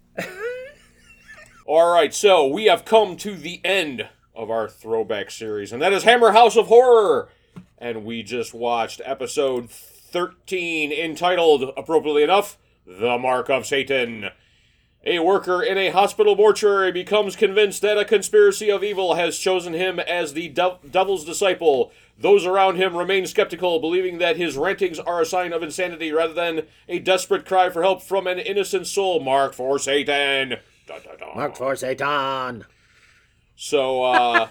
Speaker 1: All right, so we have come to the end of our throwback series, and that is Hammer House of Horror. And we just watched episode 13, entitled, appropriately enough, The Mark of Satan. A worker in a hospital mortuary becomes convinced that a conspiracy of evil has chosen him as the dev- devil's disciple. Those around him remain skeptical, believing that his rantings are a sign of insanity rather than a desperate cry for help from an innocent soul. Mark for Satan. Dun, dun, dun.
Speaker 4: Mark for Satan.
Speaker 1: So uh,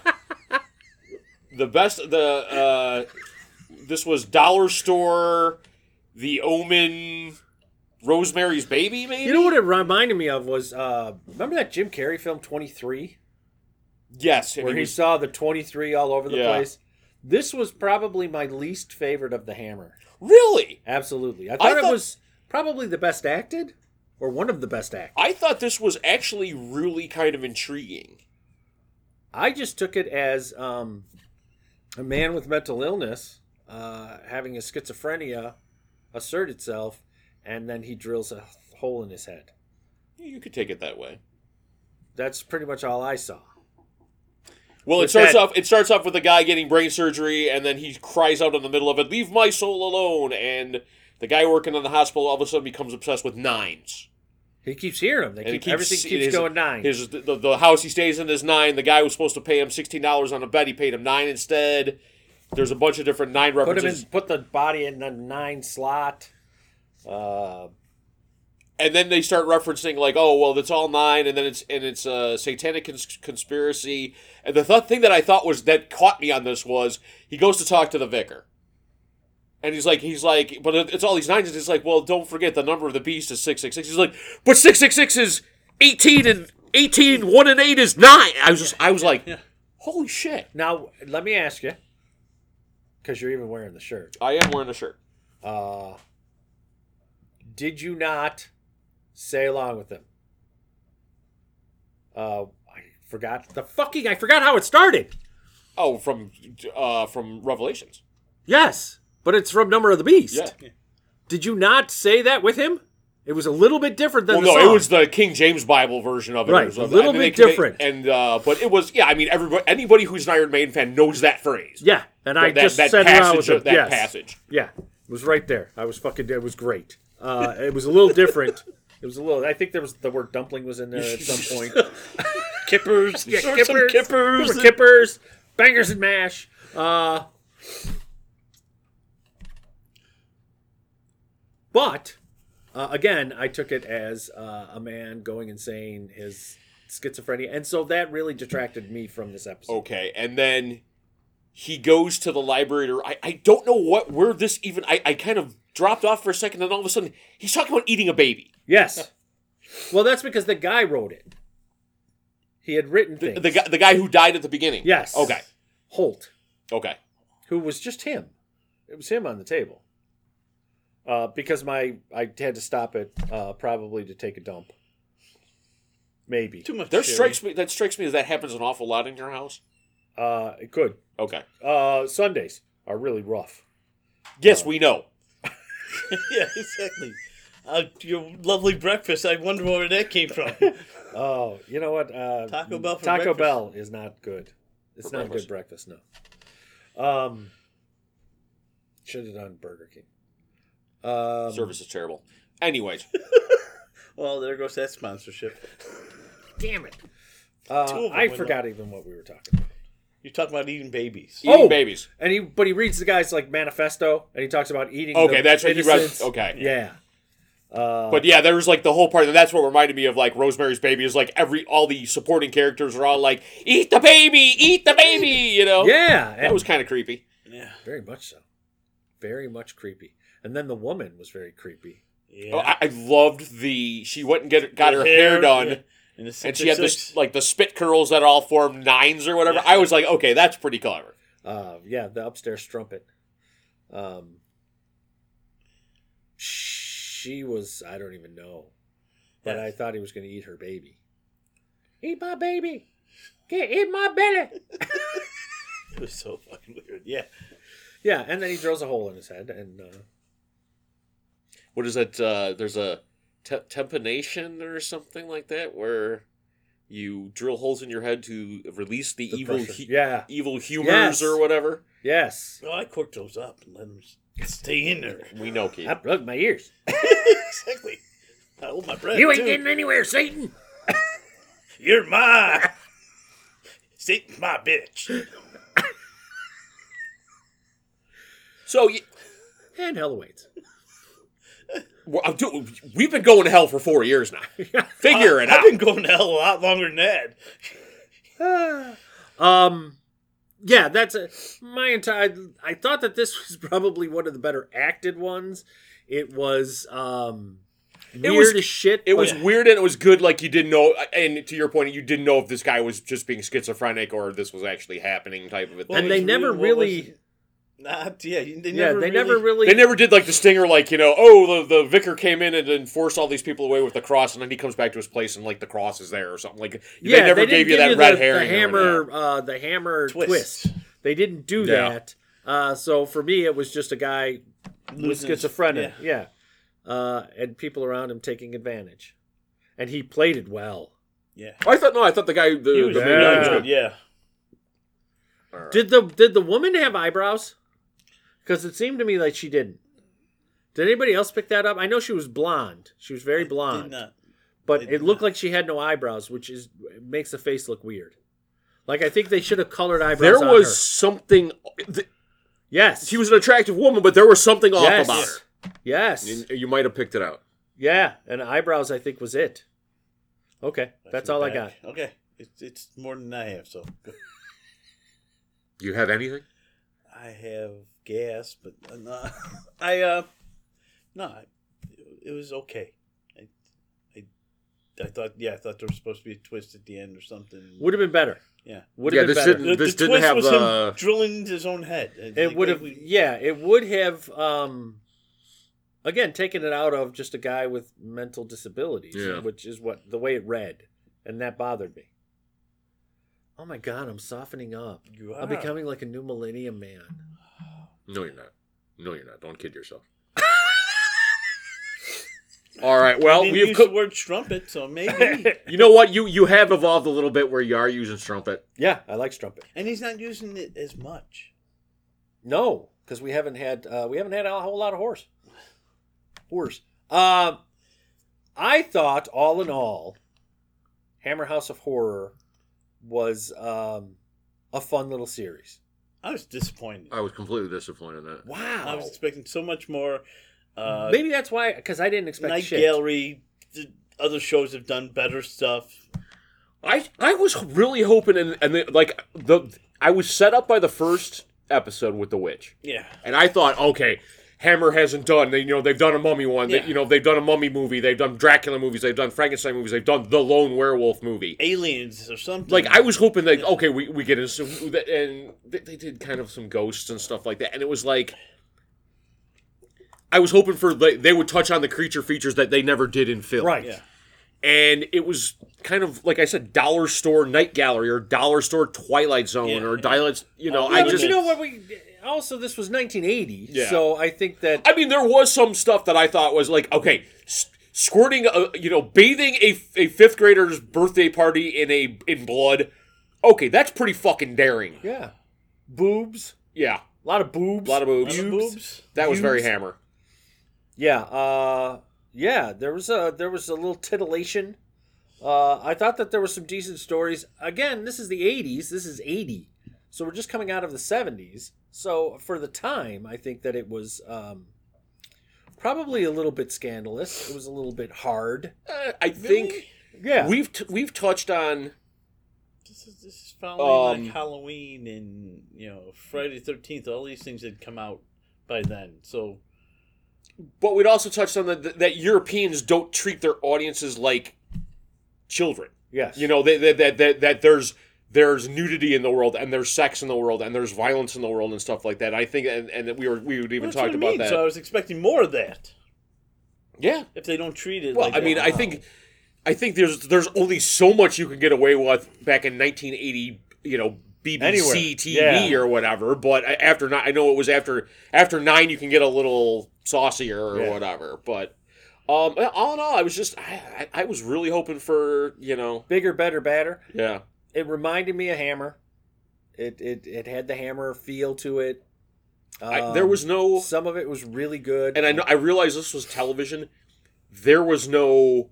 Speaker 1: the best the uh, this was Dollar Store, The Omen, Rosemary's Baby, maybe.
Speaker 4: You know what it reminded me of was uh, remember that Jim Carrey film Twenty Three,
Speaker 1: yes, and
Speaker 4: where
Speaker 1: he
Speaker 4: he
Speaker 1: was-
Speaker 4: saw the twenty three all over the
Speaker 1: Yeah.
Speaker 4: place. This was probably my least favorite of the Hammer.
Speaker 1: really.
Speaker 4: Absolutely, I thought,
Speaker 1: thought-
Speaker 4: it was probably the best acted, or one of the best acted.
Speaker 1: I thought this was actually really kind of intriguing.
Speaker 4: I just took it as um, a man with mental illness uh, having his schizophrenia assert itself, and then he drills a hole in his head.
Speaker 1: You could take it that way.
Speaker 4: That's pretty much all I saw.
Speaker 1: Well, it
Speaker 4: With
Speaker 1: starts
Speaker 4: that-
Speaker 1: off. It starts off with a guy getting brain surgery, and then he cries out in the middle of it, "Leave my soul alone!" And the guy working in the hospital all of a sudden becomes obsessed with nines.
Speaker 4: He keeps hearing them. They
Speaker 1: And
Speaker 4: keep,
Speaker 1: it keeps-
Speaker 4: everything keeps
Speaker 1: his-
Speaker 4: going nine.
Speaker 1: His the, the house he stays in is nine. The guy was supposed to pay him sixteen dollars on a bet. He paid him nine instead. There's a bunch of different nine
Speaker 4: put him
Speaker 1: references,
Speaker 4: in, put the body in the nine slot. Uh,
Speaker 1: and then they start referencing like, oh well, that's all nine, and then it's and it's a satanic cons- conspiracy. And the th- thing that I thought was that caught me on this was he goes to talk to the vicar, and he's like, he's like, but it- it's all these nines. And he's like, well, don't forget the number of the beast is six six six. He's like, but six six six is eighteen and. 18 1 and 8 is 9. I was just I was like holy shit.
Speaker 4: now, let me ask you, because you're even wearing the shirt.
Speaker 1: I am wearing a shirt.
Speaker 4: Uh, did you not say along with him? Uh, I forgot the fucking. I forgot how it started.
Speaker 1: Oh, from uh, from Revelations.
Speaker 4: Yes, but it's from Number of the Beast.
Speaker 1: Yeah.
Speaker 4: Did you not say that with him?
Speaker 6: It was a little bit different than
Speaker 1: Well,
Speaker 6: the
Speaker 1: no,
Speaker 6: song.
Speaker 1: it was the King James Bible version of it.
Speaker 6: Right,
Speaker 1: It was
Speaker 6: a little
Speaker 1: I mean, they-
Speaker 6: bit
Speaker 1: they-
Speaker 6: different.
Speaker 1: and uh, but it was yeah. I mean, everybody, anybody who's an Iron Maiden fan knows that phrase.
Speaker 6: yeah, and I
Speaker 1: that,
Speaker 6: just
Speaker 1: that
Speaker 6: said
Speaker 1: passage.
Speaker 6: where I was
Speaker 1: of-
Speaker 6: at.
Speaker 1: that
Speaker 6: yes.
Speaker 1: passage.
Speaker 6: Yeah, it was right there. I was fucking. It was great. Uh, it was a little different.
Speaker 4: It was a little. I think there was the word dumpling was in there
Speaker 1: [laughs]
Speaker 4: at some point.
Speaker 2: [laughs] Kippers.
Speaker 4: Yeah,
Speaker 2: Serve some kippers.
Speaker 4: There were kippers, bangers and mash.
Speaker 6: Uh, but uh, again, I took it as uh, a man going insane, his schizophrenia, and so that really detracted me from this episode.
Speaker 1: Okay, and then he goes to the library. To, I I don't know what where this even. I I kind of dropped off for a second, and all of a sudden he's talking about eating a baby.
Speaker 6: Yes. well, that's because the guy wrote it. He had written
Speaker 1: The,
Speaker 6: things.
Speaker 1: the guy the guy who died at the beginning.
Speaker 6: Yes.
Speaker 1: Okay.
Speaker 6: Holt,
Speaker 1: Okay.
Speaker 4: who was just him. It was him on the table. Uh, because my I had to stop it uh, probably to take a dump. Maybe
Speaker 2: Too much.
Speaker 1: There
Speaker 2: sherry.
Speaker 1: strikes me that strikes me as that happens an awful lot in your house.
Speaker 4: uh, it could.
Speaker 1: Okay.
Speaker 4: Uh, Sundays are really rough.
Speaker 6: Uh,
Speaker 1: Yes, we know.
Speaker 2: [laughs] yeah, exactly. Uh, your lovely breakfast. I wonder where that
Speaker 1: [laughs]
Speaker 2: came from.
Speaker 4: Oh, you know what? Uh,
Speaker 2: Taco Bell for
Speaker 4: Taco
Speaker 2: breakfast.
Speaker 4: Bell is not good. It's not a good breakfast. No. Um, should have done Burger King. Um,
Speaker 1: Service is terrible. Anyways,
Speaker 2: well, there goes that sponsorship.
Speaker 4: uh,
Speaker 2: Two of them
Speaker 4: I
Speaker 2: went up.
Speaker 4: forgot even what we were talking about.
Speaker 2: You're talking about eating babies.
Speaker 1: eating
Speaker 4: Oh!
Speaker 1: babies.
Speaker 4: And he, but he reads the guy's like manifesto, and he talks about eating.
Speaker 1: Okay,
Speaker 4: the
Speaker 1: that's right. He read.
Speaker 4: innocents.
Speaker 1: Okay.
Speaker 4: Yeah. Uh,
Speaker 1: But yeah, there was like the whole part, and that's what reminded me of like Rosemary's Baby. Is like every all the supporting characters are all like, "Eat the baby, eat the baby," you know.
Speaker 4: yeah,
Speaker 1: that was kind of creepy.
Speaker 2: Yeah.
Speaker 4: very much so, very much creepy. And then the woman was very creepy.
Speaker 2: Yeah.
Speaker 1: Oh, I, I loved the she went and get got her hair, done,
Speaker 2: yeah. And, the
Speaker 1: and she had this [laughs]
Speaker 2: six-
Speaker 1: like the spit curls that all form nines or whatever.
Speaker 2: Yeah.
Speaker 1: I was like, okay, that's pretty clever.
Speaker 4: Uh, yeah, the upstairs trumpet. Um, she was I don't even know, but I
Speaker 2: Yes.
Speaker 4: thought he was going to eat her baby. Eat my baby, get eat my belly.
Speaker 2: [laughs] It was so fucking weird. Yeah.
Speaker 4: Yeah, and then he drills a hole in his head, and uh,
Speaker 1: What is that? Uh, there's a te- tempination or something like that where you drill holes in your head to release the,
Speaker 4: the
Speaker 1: evil
Speaker 4: pressure-
Speaker 1: hu-
Speaker 4: yeah,
Speaker 1: evil humors
Speaker 4: Yes.
Speaker 1: or whatever.
Speaker 4: yes.
Speaker 2: Well, I corked those up and let them stay
Speaker 1: [laughs]
Speaker 2: in there.
Speaker 1: We know, Keith.
Speaker 4: I plugged my ears.
Speaker 2: exactly. I hold my breath. You ain't getting anywhere, Satan. You're mine. [laughs] Satan's my bitch.
Speaker 1: So y-
Speaker 4: And hell awaits.
Speaker 1: Well, I'm do- we've been going to hell for four
Speaker 6: [laughs]
Speaker 1: years now. Figure it
Speaker 6: Oh,
Speaker 2: I've
Speaker 1: out.
Speaker 2: been going to hell a lot longer than that.
Speaker 6: [laughs] um, yeah, that's a, my entire. I thought that this was [laughs] probably one of the better acted ones. It was um, weird
Speaker 1: was-
Speaker 6: as shit.
Speaker 1: It
Speaker 6: but-
Speaker 1: was weird and it was good. Like you didn't know, and to your point, you didn't know if this guy was just being schizophrenic or this was actually happening, type of a thing.
Speaker 6: and they
Speaker 2: What
Speaker 6: never
Speaker 2: was- what was-
Speaker 6: really-
Speaker 2: Nah, yeah, you- they
Speaker 6: yeah,
Speaker 2: never
Speaker 6: they
Speaker 2: really,
Speaker 6: never really.
Speaker 1: They never did like the stinger, like you know, oh, the, the vicar came in and, then forced all these people away with the cross, and then he comes back to his place and like the cross is there or something. Like
Speaker 6: yeah,
Speaker 1: they never
Speaker 6: didn't
Speaker 1: gave you
Speaker 6: give
Speaker 1: that
Speaker 6: you
Speaker 1: red
Speaker 6: the,
Speaker 1: herring.
Speaker 6: the
Speaker 1: or
Speaker 6: hammer, uh, the hammer twist.
Speaker 2: twist.
Speaker 6: They didn't do
Speaker 1: Yeah.
Speaker 6: that. Uh, so for me, it was just a guy with
Speaker 2: Losing his-
Speaker 6: schizophrenia. Yeah. Uh, and people around him taking advantage. And he played it well.
Speaker 2: Yeah.
Speaker 1: I thought no, I thought the guy. The,
Speaker 2: He was
Speaker 1: the
Speaker 2: really
Speaker 1: main guy was
Speaker 2: good,
Speaker 1: good.
Speaker 2: yeah.
Speaker 6: Did the did the woman have eyebrows? Because it seemed to me like she didn't. Did anybody else pick that up? I know she was blonde. She was very blonde,
Speaker 2: Did not.
Speaker 6: but
Speaker 2: did
Speaker 6: it looked
Speaker 2: not.
Speaker 6: like she had no eyebrows, which is makes the face look weird. Like I think they should have colored eyebrows.
Speaker 1: There
Speaker 6: on
Speaker 1: was
Speaker 6: her.
Speaker 1: something. th-
Speaker 6: yes,
Speaker 1: She was an attractive woman, but there was something off
Speaker 6: yes.
Speaker 1: about her.
Speaker 6: Yes,
Speaker 1: You, you might have picked it out.
Speaker 6: yeah, and eyebrows I think was it. Okay, that's all I got.
Speaker 2: Back. Okay. It's, it's more than I have, so
Speaker 1: You have anything?
Speaker 2: I have gas, but uh, no, [laughs] I uh, no, I- it was okay. I, I, I thought, yeah, I thought there was supposed to be a twist at the end or something.
Speaker 6: Would have been better.
Speaker 2: Yeah.
Speaker 6: would
Speaker 1: Yeah,
Speaker 6: have been
Speaker 1: this
Speaker 6: better.
Speaker 2: the,
Speaker 1: This
Speaker 2: the
Speaker 1: didn't
Speaker 2: twist
Speaker 1: have
Speaker 2: was
Speaker 1: the-
Speaker 2: him drilling his own head. It's
Speaker 6: It
Speaker 2: like,
Speaker 6: would have,
Speaker 2: like,
Speaker 6: yeah, it would have. Um, again, taken it out of just a guy with mental disabilities,
Speaker 1: Yeah.
Speaker 6: which is what the way it read, and that bothered me. Oh my god, I'm softening up.
Speaker 2: You
Speaker 6: I'm
Speaker 2: are.
Speaker 6: becoming like a new millennium man.
Speaker 1: No, you're not. No, you're not. Don't kid yourself. [laughs] All right. Well,
Speaker 2: I didn't
Speaker 1: you've
Speaker 2: use
Speaker 1: co-
Speaker 2: the word trumpet, so maybe.
Speaker 1: you know what you you have evolved a little bit where you are using strumpet.
Speaker 7: Yeah, I like strumpet.
Speaker 2: and he's not using it as much.
Speaker 7: No, because we haven't had uh, we haven't had a whole lot of horse. Horse. Um, I thought all in all, Hammer House of Horror was um, a fun little series.
Speaker 2: I was disappointed.
Speaker 1: I was completely disappointed in that.
Speaker 7: Wow.
Speaker 2: I was expecting so much more. Uh,
Speaker 7: Maybe that's why because I didn't expect
Speaker 2: Night
Speaker 7: shit.
Speaker 2: Gallery. th- Other shows have done better stuff.
Speaker 1: I I was really hoping and and the, like the I was set up by the first episode with the witch,
Speaker 2: Yeah.
Speaker 1: and I thought, okay, Hammer hasn't done. They, you know, they've done a mummy one. They,
Speaker 2: Yeah.
Speaker 1: you know, they've done a mummy movie. They've done Dracula movies. They've done Frankenstein movies. They've done the lone werewolf movie.
Speaker 2: Aliens or something.
Speaker 1: Like I was hoping that okay, we we get into some- that- and they, they did kind of some ghosts and stuff like that, and it was like. I was hoping for like, they would touch on the creature features that they never did in film
Speaker 7: right.
Speaker 2: Yeah.
Speaker 1: and it was kind of like I said, dollar store night gallery or dollar store Twilight Zone
Speaker 2: Yeah,
Speaker 1: or
Speaker 2: yeah.
Speaker 1: Twilight. You know,
Speaker 2: yeah,
Speaker 1: I
Speaker 4: but
Speaker 1: just.
Speaker 4: you know what we also this was 1980,
Speaker 1: Yeah.
Speaker 4: so I think that
Speaker 1: I mean, there was some stuff that I thought was like, okay, s- squirting, a, you know, bathing a, a fifth grader's birthday party in a in blood. Okay, that's pretty fucking daring.
Speaker 4: yeah, boobs,
Speaker 1: Yeah,
Speaker 4: a lot of boobs,
Speaker 1: a lot of boobs.
Speaker 2: Little boobs.
Speaker 1: That was very hammer.
Speaker 4: yeah, uh, yeah. There was a there was a little titillation. Uh, I thought that there were some decent stories. Again, this is the 80s. This is 80, so we're just coming out of the 70s. So for the time, I think that it was um, probably a little bit scandalous. It was a little bit hard.
Speaker 1: Uh, I think
Speaker 4: Yeah,
Speaker 1: we've t- we've touched on
Speaker 2: This is this is following
Speaker 1: Um,
Speaker 2: like Halloween and you know Friday Thirteenth. All these things had come out by then, so
Speaker 1: But we'd also touched on that that Europeans don't treat their audiences like children.
Speaker 4: Yes.
Speaker 1: You know that that that that, that there's there's nudity in the world and there's sex in the world and there's violence in the world and stuff like that. I think and, and that we were we would even
Speaker 2: That's
Speaker 1: talked
Speaker 2: what I
Speaker 1: about
Speaker 2: mean.
Speaker 1: that.
Speaker 2: So I was expecting more of that.
Speaker 1: yeah.
Speaker 2: If they don't treat it,
Speaker 1: Well,
Speaker 2: like uh,
Speaker 1: I
Speaker 2: that.
Speaker 1: mean, I think I think there's there's only so much you can get away with back in 1980, you know, BBC
Speaker 7: Anywhere.
Speaker 1: TV
Speaker 7: Yeah.
Speaker 1: or whatever, but a- after nine, I know it was after after 9 you can get a little saucier or
Speaker 7: Yeah.
Speaker 1: whatever, but um, all in all, I was just I, I I was really hoping for you know
Speaker 4: bigger, better, badder.
Speaker 1: yeah
Speaker 4: it reminded me of Hammer. It it, it had the Hammer feel to it.
Speaker 1: I,
Speaker 4: Um,
Speaker 1: there was no
Speaker 4: some of it was really good.
Speaker 1: and I know I realized this was television there was no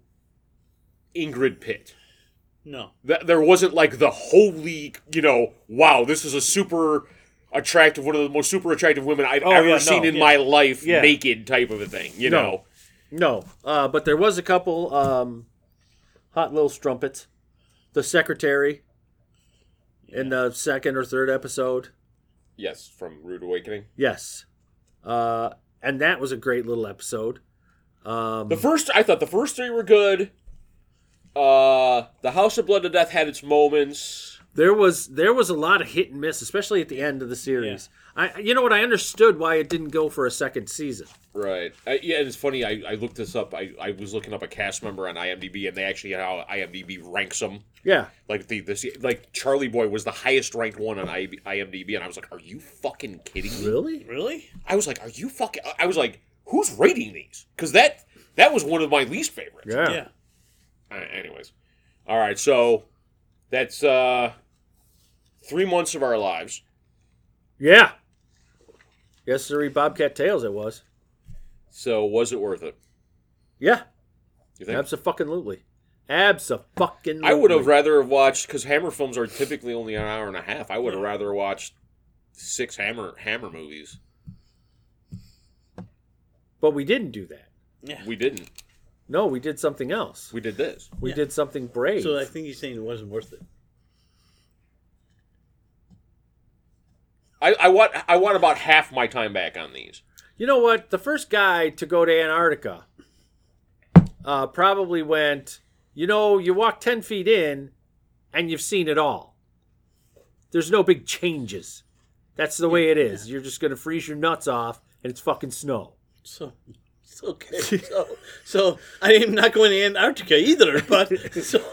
Speaker 1: Ingrid Pitt
Speaker 2: no.
Speaker 1: that there wasn't like the holy, you know, wow, this is a super attractive, one of the most super attractive women I've ever
Speaker 4: Oh, yeah,
Speaker 1: seen
Speaker 4: no,
Speaker 1: in my life,
Speaker 4: Yeah.
Speaker 1: naked type of a thing, you
Speaker 4: No.
Speaker 1: know.
Speaker 4: no, uh, but there was a couple um, hot little strumpets. The secretary in the second or third episode.
Speaker 1: Yes, from Rude Awakening.
Speaker 4: Yes, uh, and that was a great little episode. Um,
Speaker 1: The first, I thought the first three were good. Uh, the House of Blood to Death had its moments.
Speaker 4: there was there was a lot of hit and miss, especially at the end of the series. I you know what I understood why it didn't go for a second season.
Speaker 1: Right. I, yeah, and it's funny. I, I looked this up. I, I was looking up a cast member on IMDb, and they actually how IMDb ranks them.
Speaker 4: Yeah,
Speaker 1: Like the this like Charlie Boy was the highest ranked one on IMDb, and I was like, "Are you fucking kidding me?"
Speaker 4: really?
Speaker 2: Really?
Speaker 1: I was like, "Are you fucking?" I was like, "Who's rating these?" Because that that was one of my least favorites.
Speaker 2: Yeah.
Speaker 1: Uh, anyways, all right, so that's uh three months of our lives.
Speaker 4: Yeah. Yes, sirree, Bobcat Tails it was.
Speaker 1: So was it worth it?
Speaker 4: Yeah,
Speaker 1: You think?
Speaker 4: absolutely. Absolutely.
Speaker 1: I would have rather have watched because Hammer films are typically only an hour and a half. I would have rather watched six Hammer Hammer movies.
Speaker 4: But we didn't do that.
Speaker 1: We didn't.
Speaker 4: No, we did something else.
Speaker 1: We did this.
Speaker 4: We did something brave.
Speaker 2: So I think he's saying it wasn't worth it.
Speaker 1: I, I want I want about half my time back on these.
Speaker 4: you know what? The first guy to go to Antarctica uh, probably went, you know, you walk 10 feet in and you've seen it all. There's no big changes. That's the way it is. You're just going to freeze your nuts off and it's fucking snow.
Speaker 2: So [laughs] it's
Speaker 4: [laughs]
Speaker 2: okay. so so I am not going to Antarctica either, [laughs] but so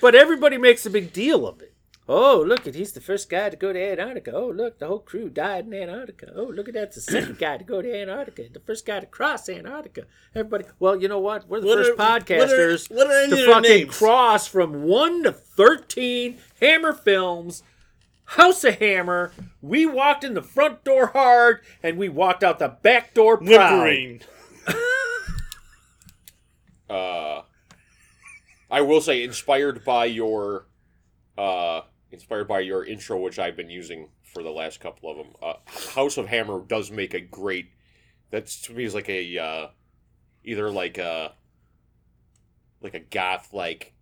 Speaker 4: But everybody makes a big deal of it. Oh, look at he's the first guy to go to Antarctica. Oh, look, the whole crew died in Antarctica. Oh, look at that's the second guy to go to Antarctica. The first guy to cross Antarctica. Everybody, well, you know what? We're the
Speaker 2: What
Speaker 4: first
Speaker 2: are- what are-
Speaker 4: podcasters
Speaker 2: what are any of
Speaker 4: to
Speaker 2: their
Speaker 4: fucking
Speaker 2: names?
Speaker 4: cross from 1 to 13 Hammer Films, House of Hammer. We walked in the front door hard and we walked out the back door proud.
Speaker 8: Whimpering.
Speaker 1: Uh, I will say, inspired by your, uh, inspired by your intro, which I've been using for the last couple of them. Uh, House of Hammer does make a great. That's to me is like a, uh, either like a, like a goth like,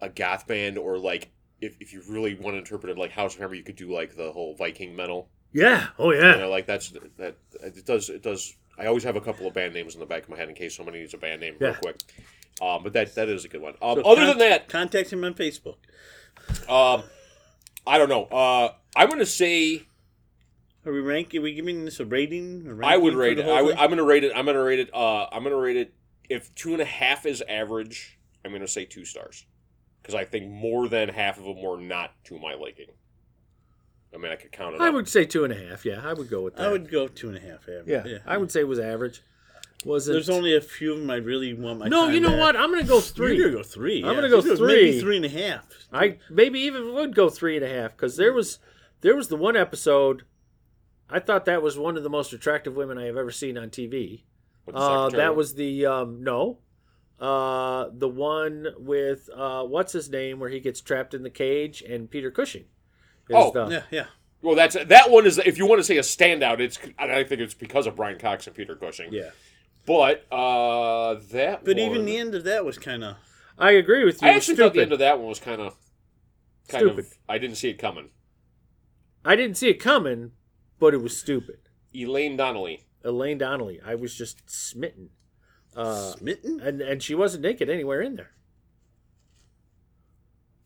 Speaker 1: a goth band or like if if you really want to interpret it like House of Hammer, you could do like the whole Viking metal.
Speaker 4: Yeah.
Speaker 1: [laughs]
Speaker 4: Oh,
Speaker 1: You know, like that's that it does it does. I always have a couple of band names in the back of my head in case somebody needs a band name real
Speaker 4: Yeah.
Speaker 1: quick. Um, but that that is a good one. Um,
Speaker 2: So
Speaker 1: other
Speaker 2: con-
Speaker 1: than that,
Speaker 2: Contact him on Facebook.
Speaker 1: um, I don't know. Uh, I'm gonna say
Speaker 2: Are we ranking? Are we giving this a rating? A
Speaker 1: I would
Speaker 2: ranking for
Speaker 1: rate
Speaker 2: the
Speaker 1: it.
Speaker 2: whole
Speaker 1: I would,
Speaker 2: thing?
Speaker 1: I'm gonna rate it. I'm gonna rate it. Uh, I'm gonna rate it. If two and a half is average, I'm gonna say two stars because I think more than half of them were not to my liking. I mean, I could count it.
Speaker 4: I
Speaker 1: up.
Speaker 4: would say two and a half. Yeah, I would go with that.
Speaker 2: I would go two and a half. average.
Speaker 4: yeah, I would say it was average. Wasn't
Speaker 2: There's only a few of them I really want my.
Speaker 4: No,
Speaker 2: time
Speaker 4: you know
Speaker 2: back.
Speaker 4: what? I'm gonna go
Speaker 2: Three.
Speaker 4: three.
Speaker 2: You're gonna go three.
Speaker 4: I'm
Speaker 2: yeah.
Speaker 4: gonna go
Speaker 2: You're Maybe
Speaker 4: three.
Speaker 2: three and a half.
Speaker 4: I maybe even would go three and a half because there was there was the one episode. I thought that was one of the most attractive women I have ever seen on TV.
Speaker 1: With the
Speaker 4: Uh,
Speaker 1: secretary.
Speaker 4: that was the um, no, uh, the one with uh, what's his name where he gets trapped in the cage and Peter Cushing. is
Speaker 1: Oh,
Speaker 4: the-
Speaker 2: Yeah, yeah.
Speaker 1: Well, that's that one is if you want to say a standout, it's and I think it's because of Brian Cox and Peter Cushing.
Speaker 2: Yeah.
Speaker 1: But uh, that.
Speaker 2: But
Speaker 1: one,
Speaker 2: even the end of that was kind of.
Speaker 4: I agree with you.
Speaker 1: I
Speaker 4: It was
Speaker 1: actually thought the
Speaker 4: stupid.
Speaker 1: end of that one was kind of, kind of.
Speaker 4: Stupid.
Speaker 1: I didn't see it coming.
Speaker 4: I didn't see it coming, but it was stupid.
Speaker 1: Elaine Donnelly.
Speaker 4: Elaine Donnelly, I was just smitten, uh,
Speaker 2: Smitten?
Speaker 4: and and she wasn't naked anywhere in there.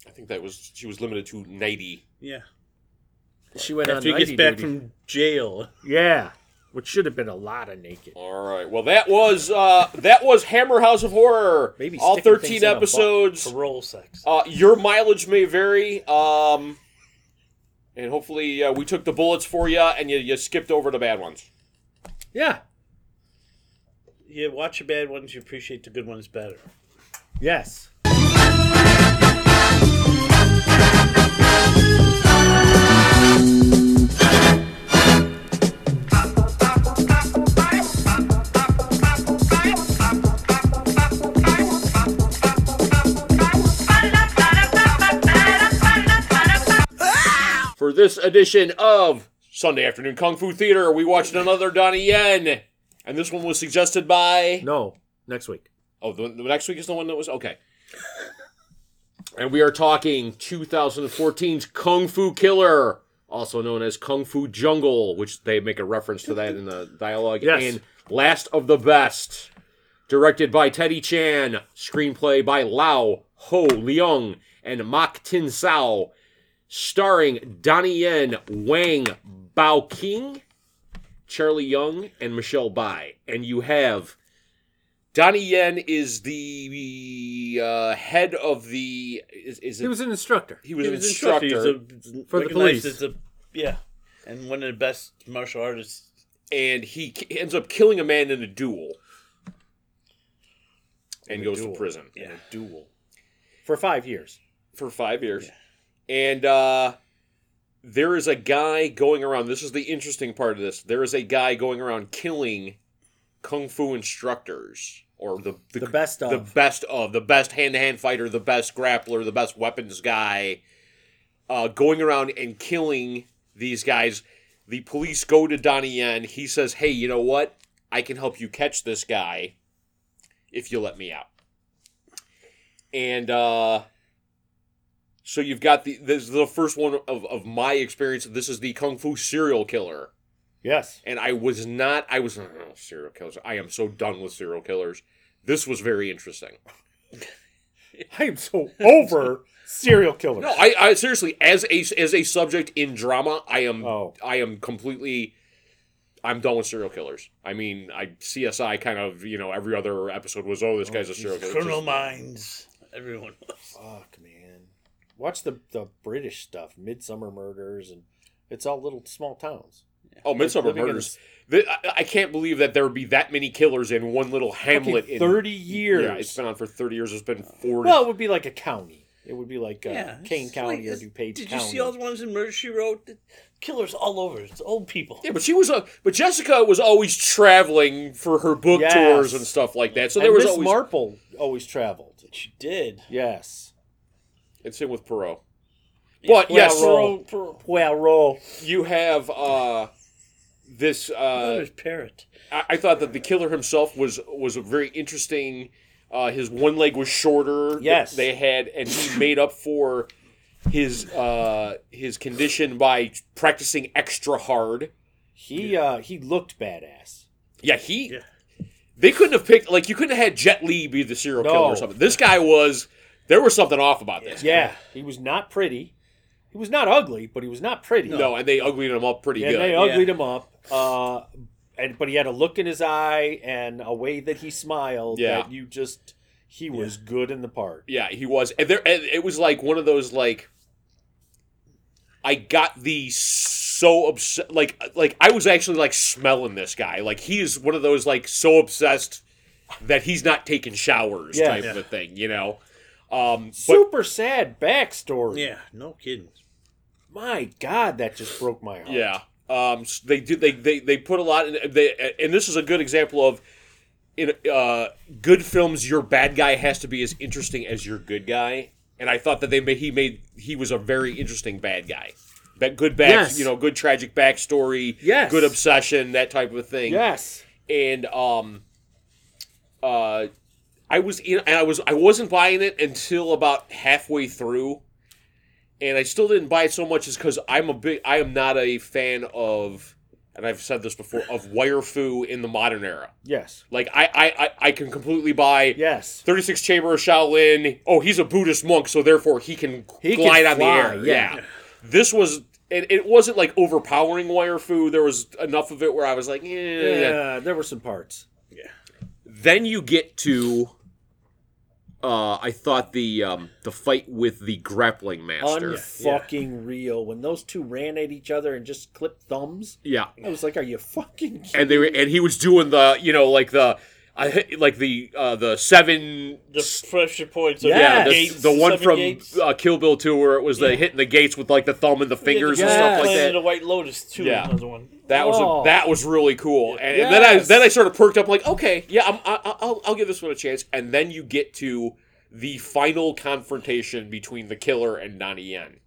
Speaker 1: I think that was she was limited to ninety.
Speaker 2: Yeah.
Speaker 4: She went
Speaker 2: After he
Speaker 4: on
Speaker 2: gets
Speaker 4: nighty
Speaker 2: back
Speaker 4: duty.
Speaker 2: from jail.
Speaker 4: Yeah, which should have been a lot of naked.
Speaker 1: All right. Well, that was uh, that was Hammer House of Horror.
Speaker 4: Maybe
Speaker 1: all
Speaker 4: sticking
Speaker 1: thirteen
Speaker 4: things in a butt.
Speaker 1: episodes.
Speaker 8: Parole sex.
Speaker 1: Uh, your mileage may vary, um, and hopefully uh, we took the bullets for you, and you, you skipped over the bad ones.
Speaker 4: Yeah,
Speaker 8: Yeah, watch the bad ones. You appreciate the good ones better.
Speaker 4: yes.
Speaker 1: For this edition of Sunday Afternoon Kung Fu Theater, we watched another Donnie Yen. And this one was suggested by.
Speaker 4: No, next week.
Speaker 1: Oh, the, the next week is the one that was. Okay. and we are talking 2014's Kung Fu Killer, also known as Kung Fu Jungle, which they make a reference to that in the dialogue.
Speaker 4: Yes.
Speaker 1: And Last of the Best, directed by Teddy Chan, screenplay by Lao Ho Leung and Mak Tin Sao, starring Donnie Yen, Wang Bao King, Charlie Young, and Michelle Bai. And you have Donnie Yen is the uh, head of the is, is it,
Speaker 4: He was an instructor.
Speaker 1: he was
Speaker 8: He
Speaker 1: an
Speaker 8: was
Speaker 1: instructor.
Speaker 8: He's a-
Speaker 4: For the
Speaker 8: recognized
Speaker 4: police.
Speaker 8: as a- yeah, and one of the best martial artists.
Speaker 1: and he k- ends up killing a man in a duel and goes
Speaker 9: duel.
Speaker 1: to prison
Speaker 8: Yeah.
Speaker 9: Duel.
Speaker 4: For five years.
Speaker 1: for five years. And uh, there is a guy going around. This is the interesting part of this. There is a guy going around killing kung fu instructors or the the,
Speaker 4: The best of.
Speaker 1: the best of the best hand to hand fighter, the best grappler, the best weapons guy, uh, going around and killing these guys. The police go to Donnie Yen. He says, "Hey, you know what? I can help you catch this guy if you let me out." And uh, so you've got the this is the first one of of my experience. This is the kung fu serial killer
Speaker 9: Yes.
Speaker 1: and I was not. I was oh, serial killers. I am so done with serial killers. This was very interesting.
Speaker 9: I am so over serial killers.
Speaker 1: No, I, I seriously, as a as a subject in drama, I am
Speaker 9: Oh.
Speaker 1: I am completely. I'm done with serial killers. I mean, I CSI kind of you know every other
Speaker 4: Oh,
Speaker 1: episode was oh this guy's a serial killer. It's
Speaker 8: Criminal
Speaker 1: just-
Speaker 8: Minds. Everyone.
Speaker 9: Fuck, man.
Speaker 4: Watch the the British stuff, Midsummer Murders, and it's all little small towns.
Speaker 1: Oh, Midsummer
Speaker 4: Living in
Speaker 1: Murders. The- I, I can't believe that there would be that many killers in one little hamlet.
Speaker 4: Fucking
Speaker 1: in
Speaker 4: thirty years.
Speaker 1: Yeah, it's been on for thirty years. It's been forty.
Speaker 4: well, it would be like a county. It would be like uh,
Speaker 2: Yeah,
Speaker 4: Kane
Speaker 2: it's
Speaker 4: County
Speaker 2: like-
Speaker 4: or
Speaker 2: it's-
Speaker 4: DuPage
Speaker 10: Did you
Speaker 4: County.
Speaker 10: see all the ones in Murder She Wrote?
Speaker 2: Killers all over. It's old people.
Speaker 1: yeah, but she was a. But Jessica was always traveling for her book
Speaker 4: Yes.
Speaker 1: tours and stuff like that. So
Speaker 4: and
Speaker 1: there was
Speaker 4: Miss
Speaker 1: always.
Speaker 4: Marple always traveled.
Speaker 2: She did.
Speaker 4: Yes.
Speaker 1: it's him with Perot. But
Speaker 4: Yeah,
Speaker 1: yes,
Speaker 4: Perot. Poirot.
Speaker 1: you have uh, this. Uh,
Speaker 2: Murder's parrot.
Speaker 1: I, I thought that the killer himself was was a very interesting. Uh, his one leg was shorter. th-
Speaker 4: Yes.
Speaker 1: they had, and he made up for his uh, his condition by practicing extra hard.
Speaker 4: He uh he looked badass.
Speaker 1: Yeah, he.
Speaker 2: Yeah.
Speaker 1: They couldn't have picked like you couldn't have had Jet Li be the serial killer
Speaker 4: No.
Speaker 1: or something. This guy was. There was something off about this.
Speaker 4: Yeah, he was not pretty. He was not ugly, but he was not pretty.
Speaker 1: No, and they uglied him up pretty
Speaker 4: Yeah,
Speaker 1: good.
Speaker 4: they uglied him up. Uh, and but he had a look in his eye and a way that he smiled
Speaker 1: Yeah.
Speaker 4: that you just he was good in the part.
Speaker 1: Yeah, he was, and there. And it was like one of those like, I got the so obsessed. Like, like I was actually like smelling this guy. Like he is one of those like so obsessed that he's not taking showers
Speaker 4: Yeah.
Speaker 1: type of a
Speaker 2: Yeah.
Speaker 1: thing. You know. Um, but
Speaker 4: Super sad backstory.
Speaker 10: Yeah, no kidding.
Speaker 4: My God, that just broke my heart.
Speaker 1: yeah, um, s- they do. They, they they put a lot. In, they and this is a good example of. In uh, good films, your bad guy has to be as interesting as your good guy, and I thought that they made, he made he was a very interesting bad guy. That good back,
Speaker 4: Yes.
Speaker 1: you know, good tragic backstory,
Speaker 4: Yes.
Speaker 1: good obsession, that type of thing.
Speaker 4: Yes.
Speaker 1: And um, uh, I was in, and I was I wasn't buying it until about halfway through, and I still didn't buy it so much is because I'm a big I am not a fan of, and I've said this before of wire foo in the modern era.
Speaker 4: Yes.
Speaker 1: Like I I I, I can completely buy.
Speaker 4: Yes.
Speaker 1: 36 Chamber of Shaolin. Oh, he's a Buddhist monk, so therefore he can
Speaker 4: He can
Speaker 1: glide on
Speaker 4: fly,
Speaker 1: the air.
Speaker 4: yeah.
Speaker 1: Yeah. This was it, it wasn't like overpowering wire foo. There was enough of it where I was like, eh.
Speaker 4: Yeah, there were some parts.
Speaker 1: Then you get to uh I thought the um the fight with the grappling master.
Speaker 4: Unfucking real. When those two ran at each other and just clipped thumbs,
Speaker 1: yeah.
Speaker 4: I was like, "Are you fucking?" Kidding?
Speaker 1: And they were, and he was doing the, you know, like the I like the uh the seven
Speaker 2: The pressure points.
Speaker 1: Yeah,
Speaker 4: Yes.
Speaker 2: of
Speaker 1: the,
Speaker 2: gates,
Speaker 1: the one
Speaker 2: seven
Speaker 1: from
Speaker 2: gates.
Speaker 1: uh, Kill Bill 2 where it was the
Speaker 2: Yeah.
Speaker 1: hitting the gates with like the thumb and the fingers
Speaker 4: Yes.
Speaker 1: and stuff like
Speaker 2: Planet
Speaker 1: that.
Speaker 2: of The White Lotus too.
Speaker 1: Yeah.
Speaker 2: Yeah. Another one.
Speaker 1: That was
Speaker 4: Oh.
Speaker 1: a, that was really cool, and, and then I
Speaker 4: Yes.
Speaker 1: then I sort of perked up like, okay, yeah, I'm, I, I'll I'll give this one a chance. And then you get to the final confrontation between the killer and Donnie Yen.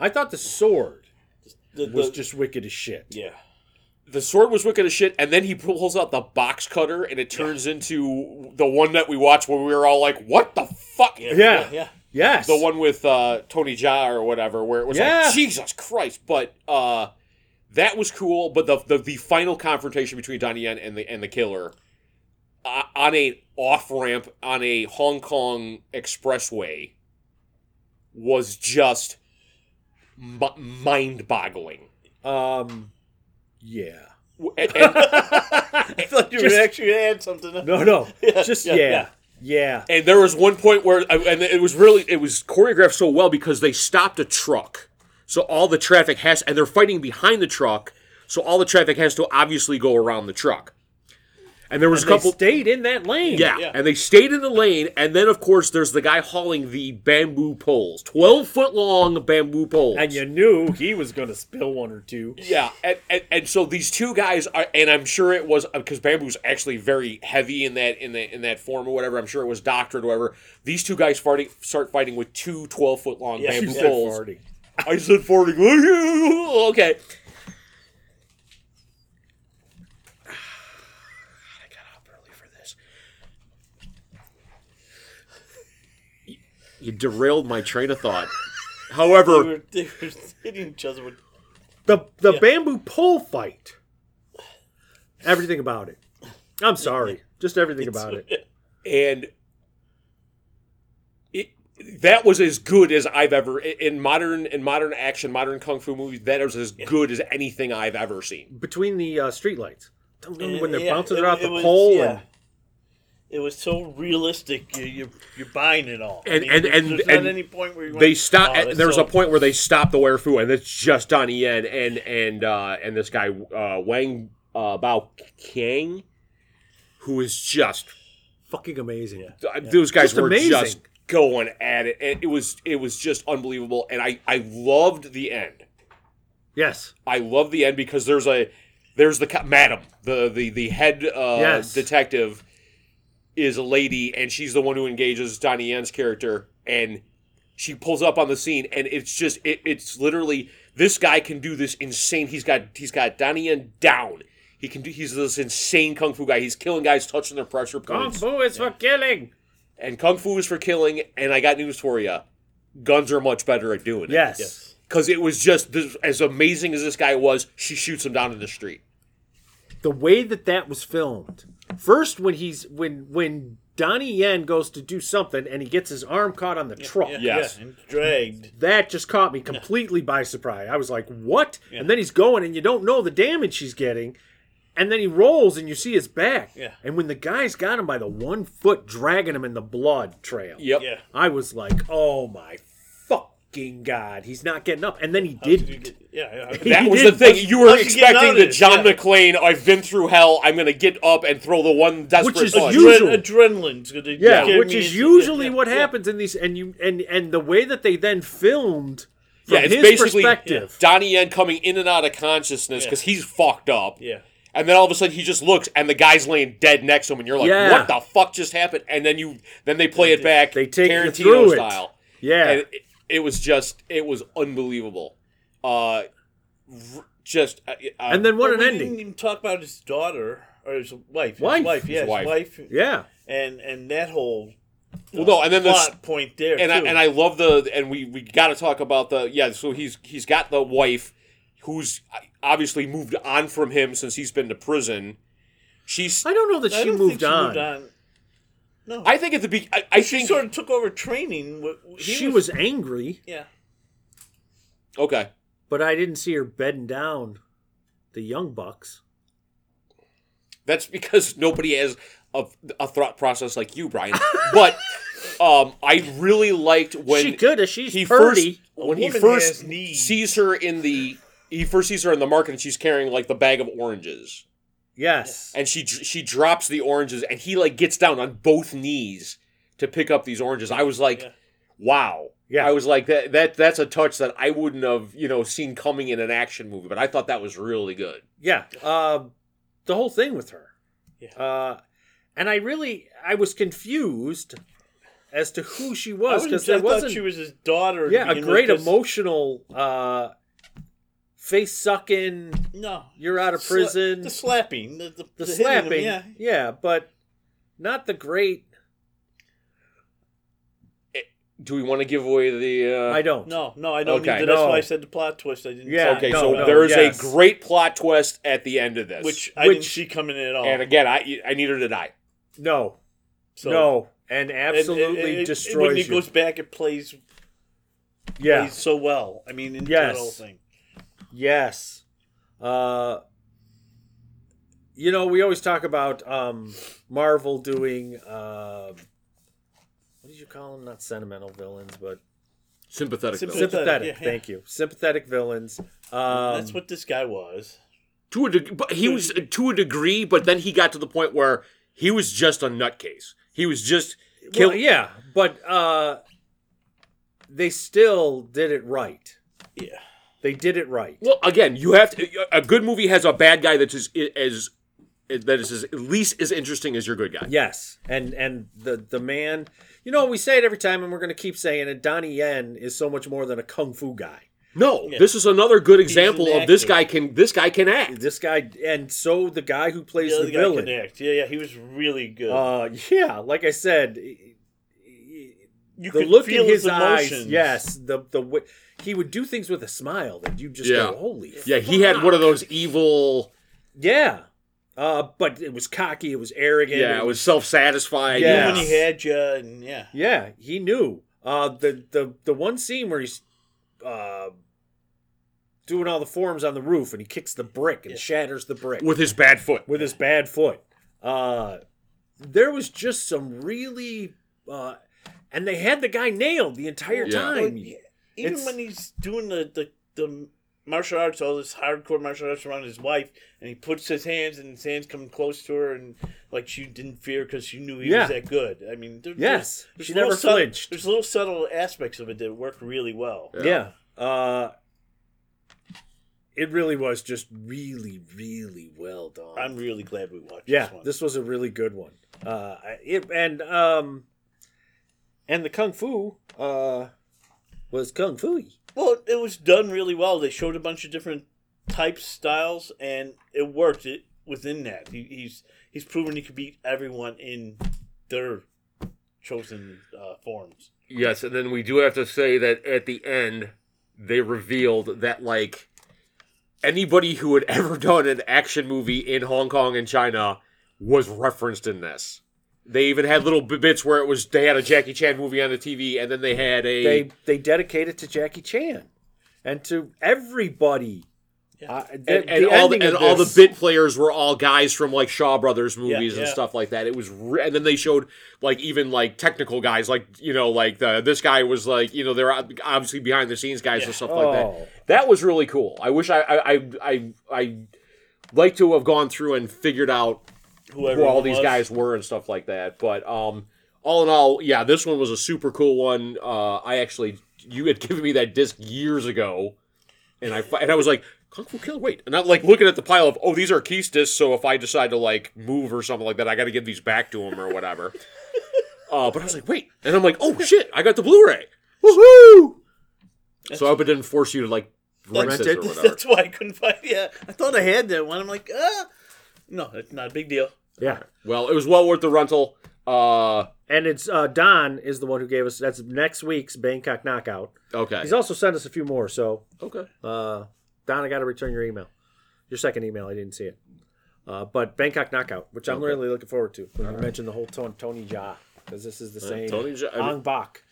Speaker 4: I thought the sword
Speaker 2: The,
Speaker 4: was
Speaker 2: the-
Speaker 4: just wicked as shit.
Speaker 2: yeah.
Speaker 1: The sword was wicked as shit, and then he pulls out the box cutter, and it turns into the one that we watched where we were all like, "What the fuck?"
Speaker 2: Yeah.
Speaker 4: Yeah.
Speaker 2: Yeah.
Speaker 4: Yes.
Speaker 1: The one with uh, Tony Jaa or whatever, where it was
Speaker 4: Yeah.
Speaker 1: like, "Jesus Christ!" But uh, that was cool. But the, the the final confrontation between Donnie Yen and the and the killer uh, on a off ramp on a Hong Kong expressway was just m- mind boggling.
Speaker 4: Um. Yeah.
Speaker 1: And, and,
Speaker 2: I thought you
Speaker 4: Just-
Speaker 2: were actually going to add something.
Speaker 4: No, no.
Speaker 2: Yeah,
Speaker 4: Just yeah.
Speaker 2: yeah,
Speaker 4: Yeah.
Speaker 2: yeah.
Speaker 1: and there was one point where and it was really it was choreographed so well because they stopped a truck so all the traffic has and they're fighting behind the truck so all the traffic has to obviously go around the truck and there was a
Speaker 4: They
Speaker 1: couple
Speaker 4: stayed in that lane.
Speaker 1: yeah,
Speaker 2: Yeah.
Speaker 1: and they stayed in the lane and then of course there's the guy hauling the bamboo poles 12 foot long bamboo poles
Speaker 4: And you knew he was going to spill one or two.
Speaker 1: yeah, and, and, and so these two guys are, and I'm sure it was because bamboo's actually very heavy in that in that in that form or whatever. I'm sure it was doctored or whatever. These two guys fighting start fighting with two 12 foot long
Speaker 2: Yeah, you
Speaker 1: bamboo
Speaker 2: said
Speaker 1: poles.
Speaker 4: Farting.
Speaker 1: I said farting. [laughs] okay. [sighs] I got up early for this. You- You derailed my train of thought. [laughs]
Speaker 2: They
Speaker 1: However,
Speaker 2: were, they were hitting each other with.
Speaker 4: The the
Speaker 2: Yeah.
Speaker 4: bamboo pole fight. Everything about it. I'm sorry. Just everything about it.
Speaker 1: [laughs] and it that was as good as I've ever i- in modern in modern action, modern kung fu movies. That is as good as anything I've ever seen.
Speaker 4: Between the uh, streetlights. Dum, dum, When they're
Speaker 2: Yeah,
Speaker 4: bouncing
Speaker 2: it-
Speaker 4: her off
Speaker 2: it
Speaker 4: the
Speaker 2: was-
Speaker 4: pole
Speaker 2: yeah.
Speaker 4: and
Speaker 2: It was so realistic. You, you you're buying it all.
Speaker 1: And- and-
Speaker 2: there's-
Speaker 1: and-
Speaker 2: there's
Speaker 1: and
Speaker 2: not any point where you
Speaker 1: They
Speaker 2: went,
Speaker 1: stop.
Speaker 2: "Oh, that's
Speaker 1: there's
Speaker 2: so
Speaker 1: a point where they stop the werewolf, and it's just Donnie Yen and and uh, and this guy uh, Wang uh, Bao Kang, who is just
Speaker 4: Fucking amazing.
Speaker 1: those guys
Speaker 4: Just
Speaker 1: were
Speaker 4: amazing.
Speaker 1: just going at it, and it was it was just unbelievable. And I I loved the end.
Speaker 4: Yes.
Speaker 1: I love the end because there's a there's the co- madam the the the head uh,
Speaker 4: Yes.
Speaker 1: detective is a lady and she's the one who engages Donnie Yen's character and she pulls up on the scene and it's just it, it's literally this guy can do this insane he's got he's got Donnie Yen down he can do he's this insane kung fu guy he's killing guys touching their pressure
Speaker 4: Kung
Speaker 1: points
Speaker 4: Fu is for killing.
Speaker 1: and kung fu is for killing and I got news for you guns are much better at doing it
Speaker 4: Yes.
Speaker 1: because it was just this, as amazing as this guy was she shoots him down in the street
Speaker 4: The way that that was filmed. First, when he's when when Donnie Yen goes to do something and he gets his arm caught on the truck.
Speaker 1: Yes.
Speaker 2: and dragged.
Speaker 4: That just caught me completely by surprise. I was like, "What?" And then he's going, and you don't know the damage he's getting. And then he rolls, and you see his back.
Speaker 2: Yeah.
Speaker 4: And when the guy's got him by the one foot, dragging him in the blood trail.
Speaker 1: Yep.
Speaker 2: Yeah.
Speaker 4: I was like, "Oh my fucking god, he's not getting up!" And then he
Speaker 2: How did you
Speaker 4: didn't.
Speaker 2: get- Yeah. I-
Speaker 1: That
Speaker 4: [laughs] He
Speaker 1: was the
Speaker 4: did.
Speaker 1: thing. You were
Speaker 2: How's he getting out
Speaker 1: expecting
Speaker 2: of
Speaker 1: the
Speaker 2: this?
Speaker 1: John
Speaker 2: Yeah.
Speaker 1: McClane, I've been through hell, I'm gonna get up and throw the one desperate
Speaker 4: is
Speaker 1: punch.
Speaker 4: you-
Speaker 2: Adren-
Speaker 4: usual.
Speaker 2: adrenaline's gonna
Speaker 4: Yeah,
Speaker 2: get
Speaker 4: which
Speaker 2: me
Speaker 4: is
Speaker 2: into-
Speaker 4: usually
Speaker 2: yeah,
Speaker 4: what
Speaker 2: yeah.
Speaker 4: happens in these, and you and and the way that they then filmed from
Speaker 1: yeah, it's
Speaker 4: his
Speaker 1: basically
Speaker 4: perspective.
Speaker 1: Donnie Yen coming in and out of consciousness because he's fucked up.
Speaker 2: Yeah.
Speaker 1: And then all of a sudden he just looks and the guy's laying dead next to him and you're like,
Speaker 4: Yeah.
Speaker 1: What the fuck just happened? And then you then they play it back
Speaker 4: They take you
Speaker 1: Tarantino
Speaker 4: through it.
Speaker 1: style.
Speaker 4: Yeah,
Speaker 1: And it, it was just it was unbelievable. Uh r- just uh, uh,
Speaker 4: and then what
Speaker 2: Well,
Speaker 4: an
Speaker 2: we
Speaker 4: ending.
Speaker 2: didn't even talk about his daughter or his wife.
Speaker 4: Wife.
Speaker 2: His wife. Yeah. His
Speaker 1: wife.
Speaker 2: wife.
Speaker 4: Yeah,
Speaker 2: And and that whole
Speaker 1: well, no, and then the
Speaker 2: plot point there.
Speaker 1: and I,
Speaker 2: too.
Speaker 1: and I love the and we we got to talk about the yeah so he's he's got the wife who's uh, obviously moved on from him since he's been to prison she's
Speaker 4: I don't know that
Speaker 2: I
Speaker 4: she
Speaker 2: don't
Speaker 4: moved,
Speaker 2: think she
Speaker 4: on.
Speaker 2: moved on. No.
Speaker 1: i think at the be i, I
Speaker 2: she
Speaker 1: think
Speaker 2: sort of took over training. wh- wh- he
Speaker 4: She was, angry,
Speaker 2: Yeah.
Speaker 1: okay
Speaker 4: but I didn't see her bedding down the young bucks.
Speaker 1: that's because nobody has a, a thought process like you brian
Speaker 4: [laughs]
Speaker 1: but um i really liked when
Speaker 4: she could have. She's
Speaker 1: he
Speaker 4: pretty.
Speaker 1: first when he
Speaker 2: woman
Speaker 1: first
Speaker 2: has needs.
Speaker 1: sees her in the he first sees her in the market and she's carrying like the bag of oranges
Speaker 4: yes.
Speaker 1: and she she drops the oranges and he like gets down on both knees to pick up these oranges i was like
Speaker 2: Yeah.
Speaker 1: wow
Speaker 4: Yeah.
Speaker 1: i was like that that that's a touch that i wouldn't have you know seen coming in an action movie but i thought that was really good
Speaker 4: yeah uh, the whole thing with her
Speaker 2: Yeah.
Speaker 4: uh, and i really i was confused as to who she
Speaker 2: I,
Speaker 4: was
Speaker 2: wasn't-
Speaker 4: because there
Speaker 2: I
Speaker 4: wasn't
Speaker 2: thought she was his daughter. to
Speaker 4: yeah a
Speaker 2: begin with,
Speaker 4: great
Speaker 2: 'cause-
Speaker 4: emotional uh, face sucking
Speaker 2: No.
Speaker 4: you're out of
Speaker 2: Sla-
Speaker 4: prison
Speaker 2: the slapping. The, the,
Speaker 4: the,
Speaker 2: the hitting him,
Speaker 4: slapping
Speaker 2: yeah.
Speaker 4: but not the great
Speaker 1: do we want to give away the uh
Speaker 4: i don't
Speaker 2: No, no, I don't
Speaker 1: Okay.
Speaker 2: need to. That's
Speaker 4: No.
Speaker 2: why I said the plot twist. I didn't.
Speaker 4: Yeah,
Speaker 2: say
Speaker 1: okay
Speaker 4: no,
Speaker 1: so
Speaker 4: no,
Speaker 1: there is
Speaker 4: yes.
Speaker 1: a great plot twist at the end of this
Speaker 2: Which I
Speaker 4: Which- oh.
Speaker 2: didn't see coming in at all.
Speaker 1: and again i i needed to die
Speaker 4: no
Speaker 2: so,
Speaker 4: no
Speaker 2: and-
Speaker 4: and
Speaker 2: and-
Speaker 4: absolutely
Speaker 2: and- and
Speaker 4: destroys
Speaker 2: When he
Speaker 4: you.
Speaker 2: goes back, it plays,
Speaker 4: yeah
Speaker 2: plays so well. I mean, into
Speaker 4: Yes.
Speaker 2: that whole thing.
Speaker 4: Yes. Uh, you know, we always talk about um, Marvel doing uh, what did you call them? Not sentimental villains, but
Speaker 1: sympathetic
Speaker 2: Sympa-
Speaker 1: villain.
Speaker 4: sympathetic.
Speaker 2: yeah, yeah.
Speaker 4: Thank you, sympathetic villains. Um,
Speaker 2: That's what this guy was.
Speaker 1: to a deg- but he was to a degree but then he got to the point where he was just a nutcase he was just
Speaker 4: well,
Speaker 1: kill-
Speaker 4: yeah, but uh, they still did it right.
Speaker 2: Yeah.
Speaker 4: They did it right.
Speaker 1: Well, again, you have to. A good movie has a bad guy that's as, as that is as, at least as interesting as your good guy.
Speaker 4: Yes, and and the the man, you know, we say it every time, and we're going to keep saying it. Donnie Yen is so much more than a kung fu guy.
Speaker 1: No, this is another good example
Speaker 2: an
Speaker 1: of this
Speaker 2: actor.
Speaker 1: guy can this guy can act.
Speaker 4: this guy and so the guy who plays
Speaker 2: The
Speaker 4: the,
Speaker 2: other guy
Speaker 4: villain
Speaker 2: could act. Yeah, yeah, he was really good.
Speaker 4: uh yeah like i said e- e-
Speaker 2: you
Speaker 4: the
Speaker 2: could
Speaker 4: look
Speaker 2: feel
Speaker 4: in his, eyes
Speaker 2: emotions.
Speaker 4: yes the the way he would do things with a smile that you just
Speaker 1: Yeah.
Speaker 4: go holy
Speaker 1: Yeah, he had one of those evil.
Speaker 4: yeah uh but it was cocky it was arrogant
Speaker 1: Yeah, it was self satisfied.
Speaker 2: Even
Speaker 4: Yeah.
Speaker 2: when he had you, and yeah,
Speaker 4: yeah he knew uh the the the one scene where he's uh doing all the forms on the roof and he kicks the brick and shatters the brick
Speaker 1: with his bad foot.
Speaker 4: with his bad foot. Uh, there was just some really, uh, and they had the guy nailed the entire
Speaker 1: Yeah.
Speaker 4: time.
Speaker 2: Well, even
Speaker 4: It's-
Speaker 2: when he's doing the, the the martial arts, all this hardcore martial arts around his wife, and he puts his hands and his hands come close to her, and like she didn't fear because she knew he
Speaker 4: Yeah.
Speaker 2: was that good. I mean, there,
Speaker 4: Yes,
Speaker 2: there's, there's
Speaker 4: she
Speaker 2: little
Speaker 4: never
Speaker 2: subtle-
Speaker 4: flinched.
Speaker 2: there's little subtle aspects of it that work really well.
Speaker 4: Yeah. Uh, it really was just really, really well done.
Speaker 2: I'm really glad we watched.
Speaker 4: yeah,
Speaker 2: this, one.
Speaker 4: this was a really good one. Uh, I- it and um, and the kung fu uh was kung fu.
Speaker 2: Well, it was done really well. They showed a bunch of different types, styles, and it worked. It within that, he, he's he's proven he could beat everyone in their chosen uh, forms.
Speaker 1: Yes, and then we do have to say that at the end, they revealed that like anybody who had [laughs] ever done an action movie in Hong Kong and China was referenced in this. They even had little b- bits where it was they had a Jackie Chan movie on the TV, and then they had a
Speaker 4: They they dedicated to Jackie Chan and to everybody. Uh, the-
Speaker 1: and, and
Speaker 4: the
Speaker 1: all the,
Speaker 4: ending
Speaker 1: and
Speaker 4: of
Speaker 1: all the
Speaker 4: this-
Speaker 1: bit players were all guys from like Shaw Brothers movies and
Speaker 2: yeah.
Speaker 1: stuff like that. It was, re- and then they showed like even like technical guys, like you know, like the, this guy was like you know they're ob- obviously behind the scenes guys and stuff like
Speaker 4: Oh.
Speaker 1: that. That was really cool. I wish I I I I I'd like to have gone through and figured out
Speaker 2: Whoever
Speaker 1: who all
Speaker 2: it
Speaker 1: these
Speaker 2: was. [laughs]
Speaker 1: guys were and stuff like that. But um, all in all, yeah, this one was a super cool one. Uh, I actually you had [laughs] given me that disc years ago, and I fi- and I was like Kung Fu Killer. Wait, and I'm like looking at the pile of oh these are Keys discs. So if I decide to like move or something like that, I got to give these back to him or
Speaker 2: [laughs]
Speaker 1: whatever. uh, but I was like wait, and I'm like oh shit, I got the Blu-ray. Woohoo! So I hope it didn't force you to like rent
Speaker 2: That's,
Speaker 1: it or whatever.
Speaker 2: that's why I couldn't find. Yeah, I thought I had that one. I'm like, ah, no, it's not a big deal.
Speaker 4: Yeah,
Speaker 1: Well, it was well worth the rental. Uh,
Speaker 4: and it's uh, Don is the one who gave us that's next week's Bangkok Knockout.
Speaker 1: okay.
Speaker 4: He's also sent us a few more, so
Speaker 1: Okay.
Speaker 4: Uh, Don, I got to return your email. Your second email, I didn't see it. Uh, but Bangkok Knockout, which I'm really looking forward to. When you mentioned the whole Tony, Tony Ja, because this is the same.
Speaker 1: Uh, Tony Ja- I mean-
Speaker 4: Ang Bak,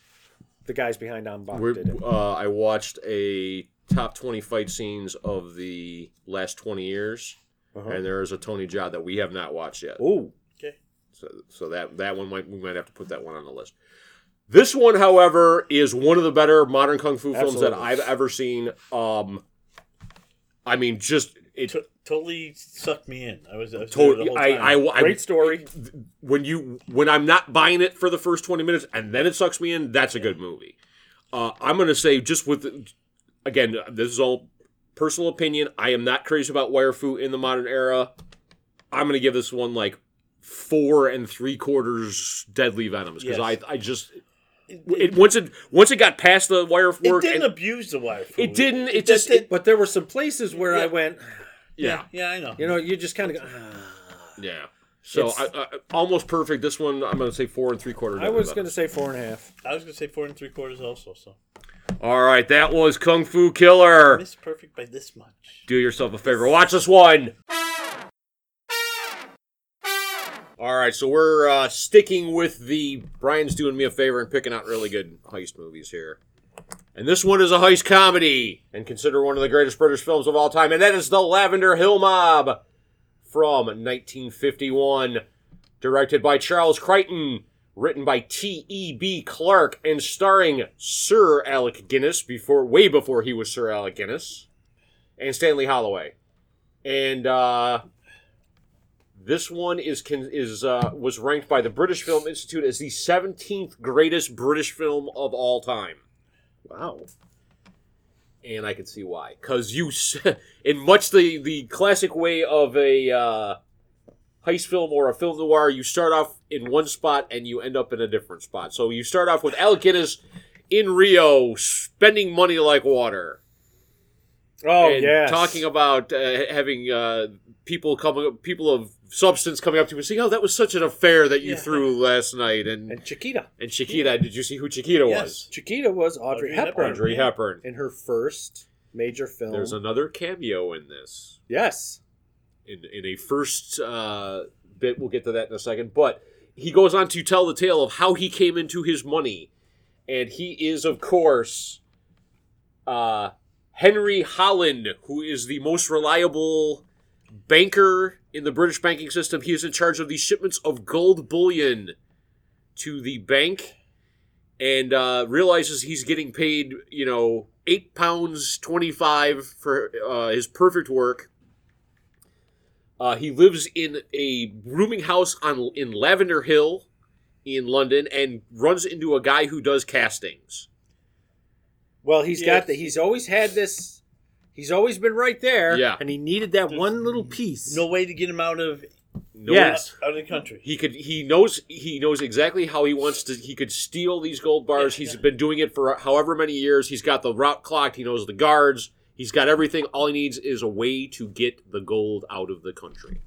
Speaker 4: the guys behind Ang Bak
Speaker 1: We're,
Speaker 4: did it.
Speaker 1: uh, I watched a top 20 fight scenes of the last 20 years, and there is a Tony Jaa that we have not watched yet.
Speaker 4: Uh-huh. Ooh,
Speaker 1: So, so that that one might we might have to put that one on the list. This one, however, is one of the better modern kung fu films that
Speaker 4: Absolutely.
Speaker 1: I've ever seen. Um, I mean, just it.
Speaker 2: T- totally sucked me in. I was, I was there the
Speaker 1: Totally,
Speaker 2: whole
Speaker 1: I,
Speaker 2: time.
Speaker 1: I, I,
Speaker 4: great story.
Speaker 1: when you when I'm not buying it for the first 20 minutes and then it sucks me in, that's a good movie. Uh, I'm gonna say just with again, this is all personal opinion. I am not crazy about wire fu in the modern era. I'm gonna give this one like four and three quarters deadly venoms because
Speaker 2: Yes.
Speaker 1: I I just
Speaker 2: it,
Speaker 1: it once it once it got past the wire
Speaker 2: it
Speaker 1: work.
Speaker 2: didn't
Speaker 1: and-
Speaker 2: abuse the wire.
Speaker 1: it didn't. It,
Speaker 2: just
Speaker 1: just. It,
Speaker 4: But there were some places where I went,
Speaker 1: yeah.
Speaker 2: Yeah, I know.
Speaker 4: you know, you just kind of go, "Ah."
Speaker 1: Yeah. So I,
Speaker 4: It's-
Speaker 1: I, almost perfect. This one I'm gonna say four and three quarters.
Speaker 4: I was going to say four and a half.
Speaker 2: I was gonna say four and three quarters also. So
Speaker 1: All right, that was Kung Fu Killer.
Speaker 2: miss perfect by this much.
Speaker 1: do yourself a favor. Watch this one. All right, so we're uh, sticking with the Brian's doing me a favor and picking out really good heist movies here. And this one is a heist comedy and considered one of the greatest British films of all time, and that is The Lavender Hill Mob from 1951. Directed by Charles Crichton, written by T.E.B. Clark, and starring Sir Alec Guinness before way before he was Sir Alec Guinness and Stanley Holloway. And uh, this one is con- is uh, was ranked by the British Film Institute as the 17th greatest British film of all time. Wow. And I can see why, because you, s- [laughs] in much the the classic way of a uh, heist film or a film noir, you start off in one spot and you end up in a different spot. So you start off with Alec Guinness in Rio, spending money like water
Speaker 4: Oh,
Speaker 1: and
Speaker 4: yeah.
Speaker 1: talking about uh, having uh, people coming, people of substance coming up to you and saying, "Oh, that was such an affair that you
Speaker 2: Yeah.
Speaker 1: threw last night." And and,
Speaker 4: And Chiquita.
Speaker 1: Chiquita, did you see who Chiquita was?
Speaker 2: Yes.
Speaker 4: Chiquita was Audrey,
Speaker 2: Audrey
Speaker 4: Hepburn.
Speaker 2: Hepburn.
Speaker 1: Audrey Hepburn.
Speaker 4: In her first major film.
Speaker 1: There's another cameo in this,
Speaker 4: yes.
Speaker 1: in in a first uh, bit. We'll get to that in a second, but he goes on to tell the tale of how he came into his money, and he is, of course, uh, Henry Holland, who is the most reliable banker in the British banking system, he is in charge of the shipments of gold bullion to the bank and uh, realizes he's getting paid, you know, eight pounds twenty-five for uh, his perfect work. Uh, he lives in a rooming house on in Lavender Hill, in London, and runs into a guy who does castings.
Speaker 4: Well, he's
Speaker 2: Yeah.
Speaker 4: got the. He's always had this. He's always been right there.
Speaker 1: Yeah.
Speaker 4: And he needed that
Speaker 2: There's
Speaker 4: one little piece.
Speaker 2: No way to get him out of
Speaker 1: No
Speaker 4: Yes.
Speaker 2: out of the country.
Speaker 1: He could. He knows. He knows exactly how he wants to. He could steal these gold bars.
Speaker 2: Yeah,
Speaker 1: He's been doing it for however many years. He's got the route clocked. He knows the guards. He's got everything. All he needs is a way to get the gold out of the country.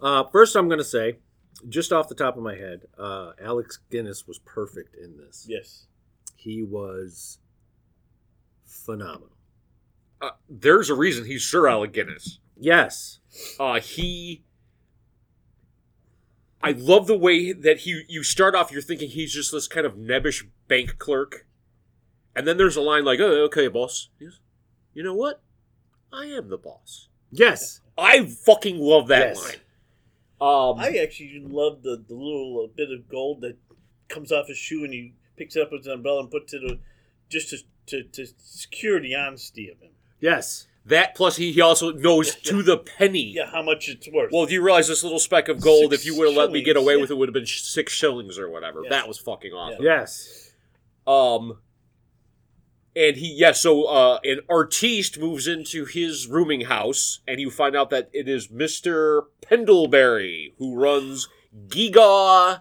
Speaker 4: Uh, first, I'm going to say, just off the top of my head, uh, Alex Guinness was perfect in this.
Speaker 2: Yes.
Speaker 4: He was phenomenal.
Speaker 1: Uh, there's a reason he's Sir Alec Guinness.
Speaker 4: Yes.
Speaker 1: Uh, he. I love the way that he. You start off. You're thinking he's just this kind of nebbish bank clerk, and then there's a line like, "Oh, okay, boss. He goes, You know what? I am the boss."
Speaker 4: Yes.
Speaker 1: I fucking love that
Speaker 4: Yes.
Speaker 1: line. Um,
Speaker 2: I actually love the, the little uh, bit of gold that comes off his shoe and he picks it up with an umbrella and puts it uh, just to, to, to secure the honesty of him.
Speaker 4: Yes.
Speaker 1: that plus he, he also knows to the penny.
Speaker 2: Yeah, how much it's worth.
Speaker 1: Well, do you realize this little speck of gold?
Speaker 2: Six
Speaker 1: if you would have let me get
Speaker 2: shillings,
Speaker 1: away
Speaker 2: yeah.
Speaker 1: with it, would have been sh- six shillings or whatever.
Speaker 2: Yeah.
Speaker 1: That was fucking awesome.
Speaker 4: Yes.
Speaker 1: Um, and he yes, so uh, an artiste moves into his rooming house, and you find out that it is Mister Pendlebury who runs Giga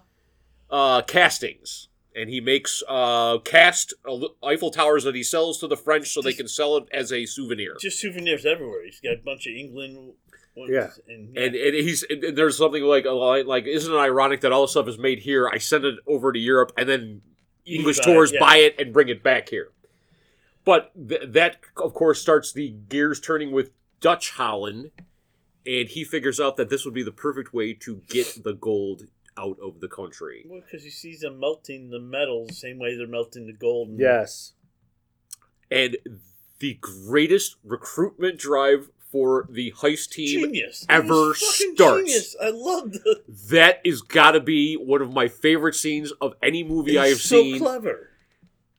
Speaker 1: uh, Castings, and he makes uh, cast Eiffel Towers that he sells to the French so they can sell it as a souvenir.
Speaker 2: just souvenirs everywhere. He's got a bunch of England ones.
Speaker 4: Yeah.
Speaker 2: And,
Speaker 1: And, and he's and and there's something like a line like isn't it ironic that all this stuff is made here? I send it over to Europe, and then
Speaker 2: You
Speaker 1: English
Speaker 2: buy it,
Speaker 1: tourists
Speaker 2: yeah.
Speaker 1: buy it and bring it back here. But th- that, of course, starts the gears turning with Dutch Holland, and he figures out that this would be the perfect way to get the gold out of the country.
Speaker 2: Well, because he sees them melting the metal the same way they're melting the gold. And
Speaker 4: Yes.
Speaker 1: And the greatest recruitment drive for the heist team
Speaker 2: Genius.
Speaker 1: ever
Speaker 2: It was fucking
Speaker 1: starts.
Speaker 2: Genius. I love the.
Speaker 1: That is got to be one of my favorite scenes of any movie I have
Speaker 2: It's so
Speaker 1: seen.
Speaker 2: clever.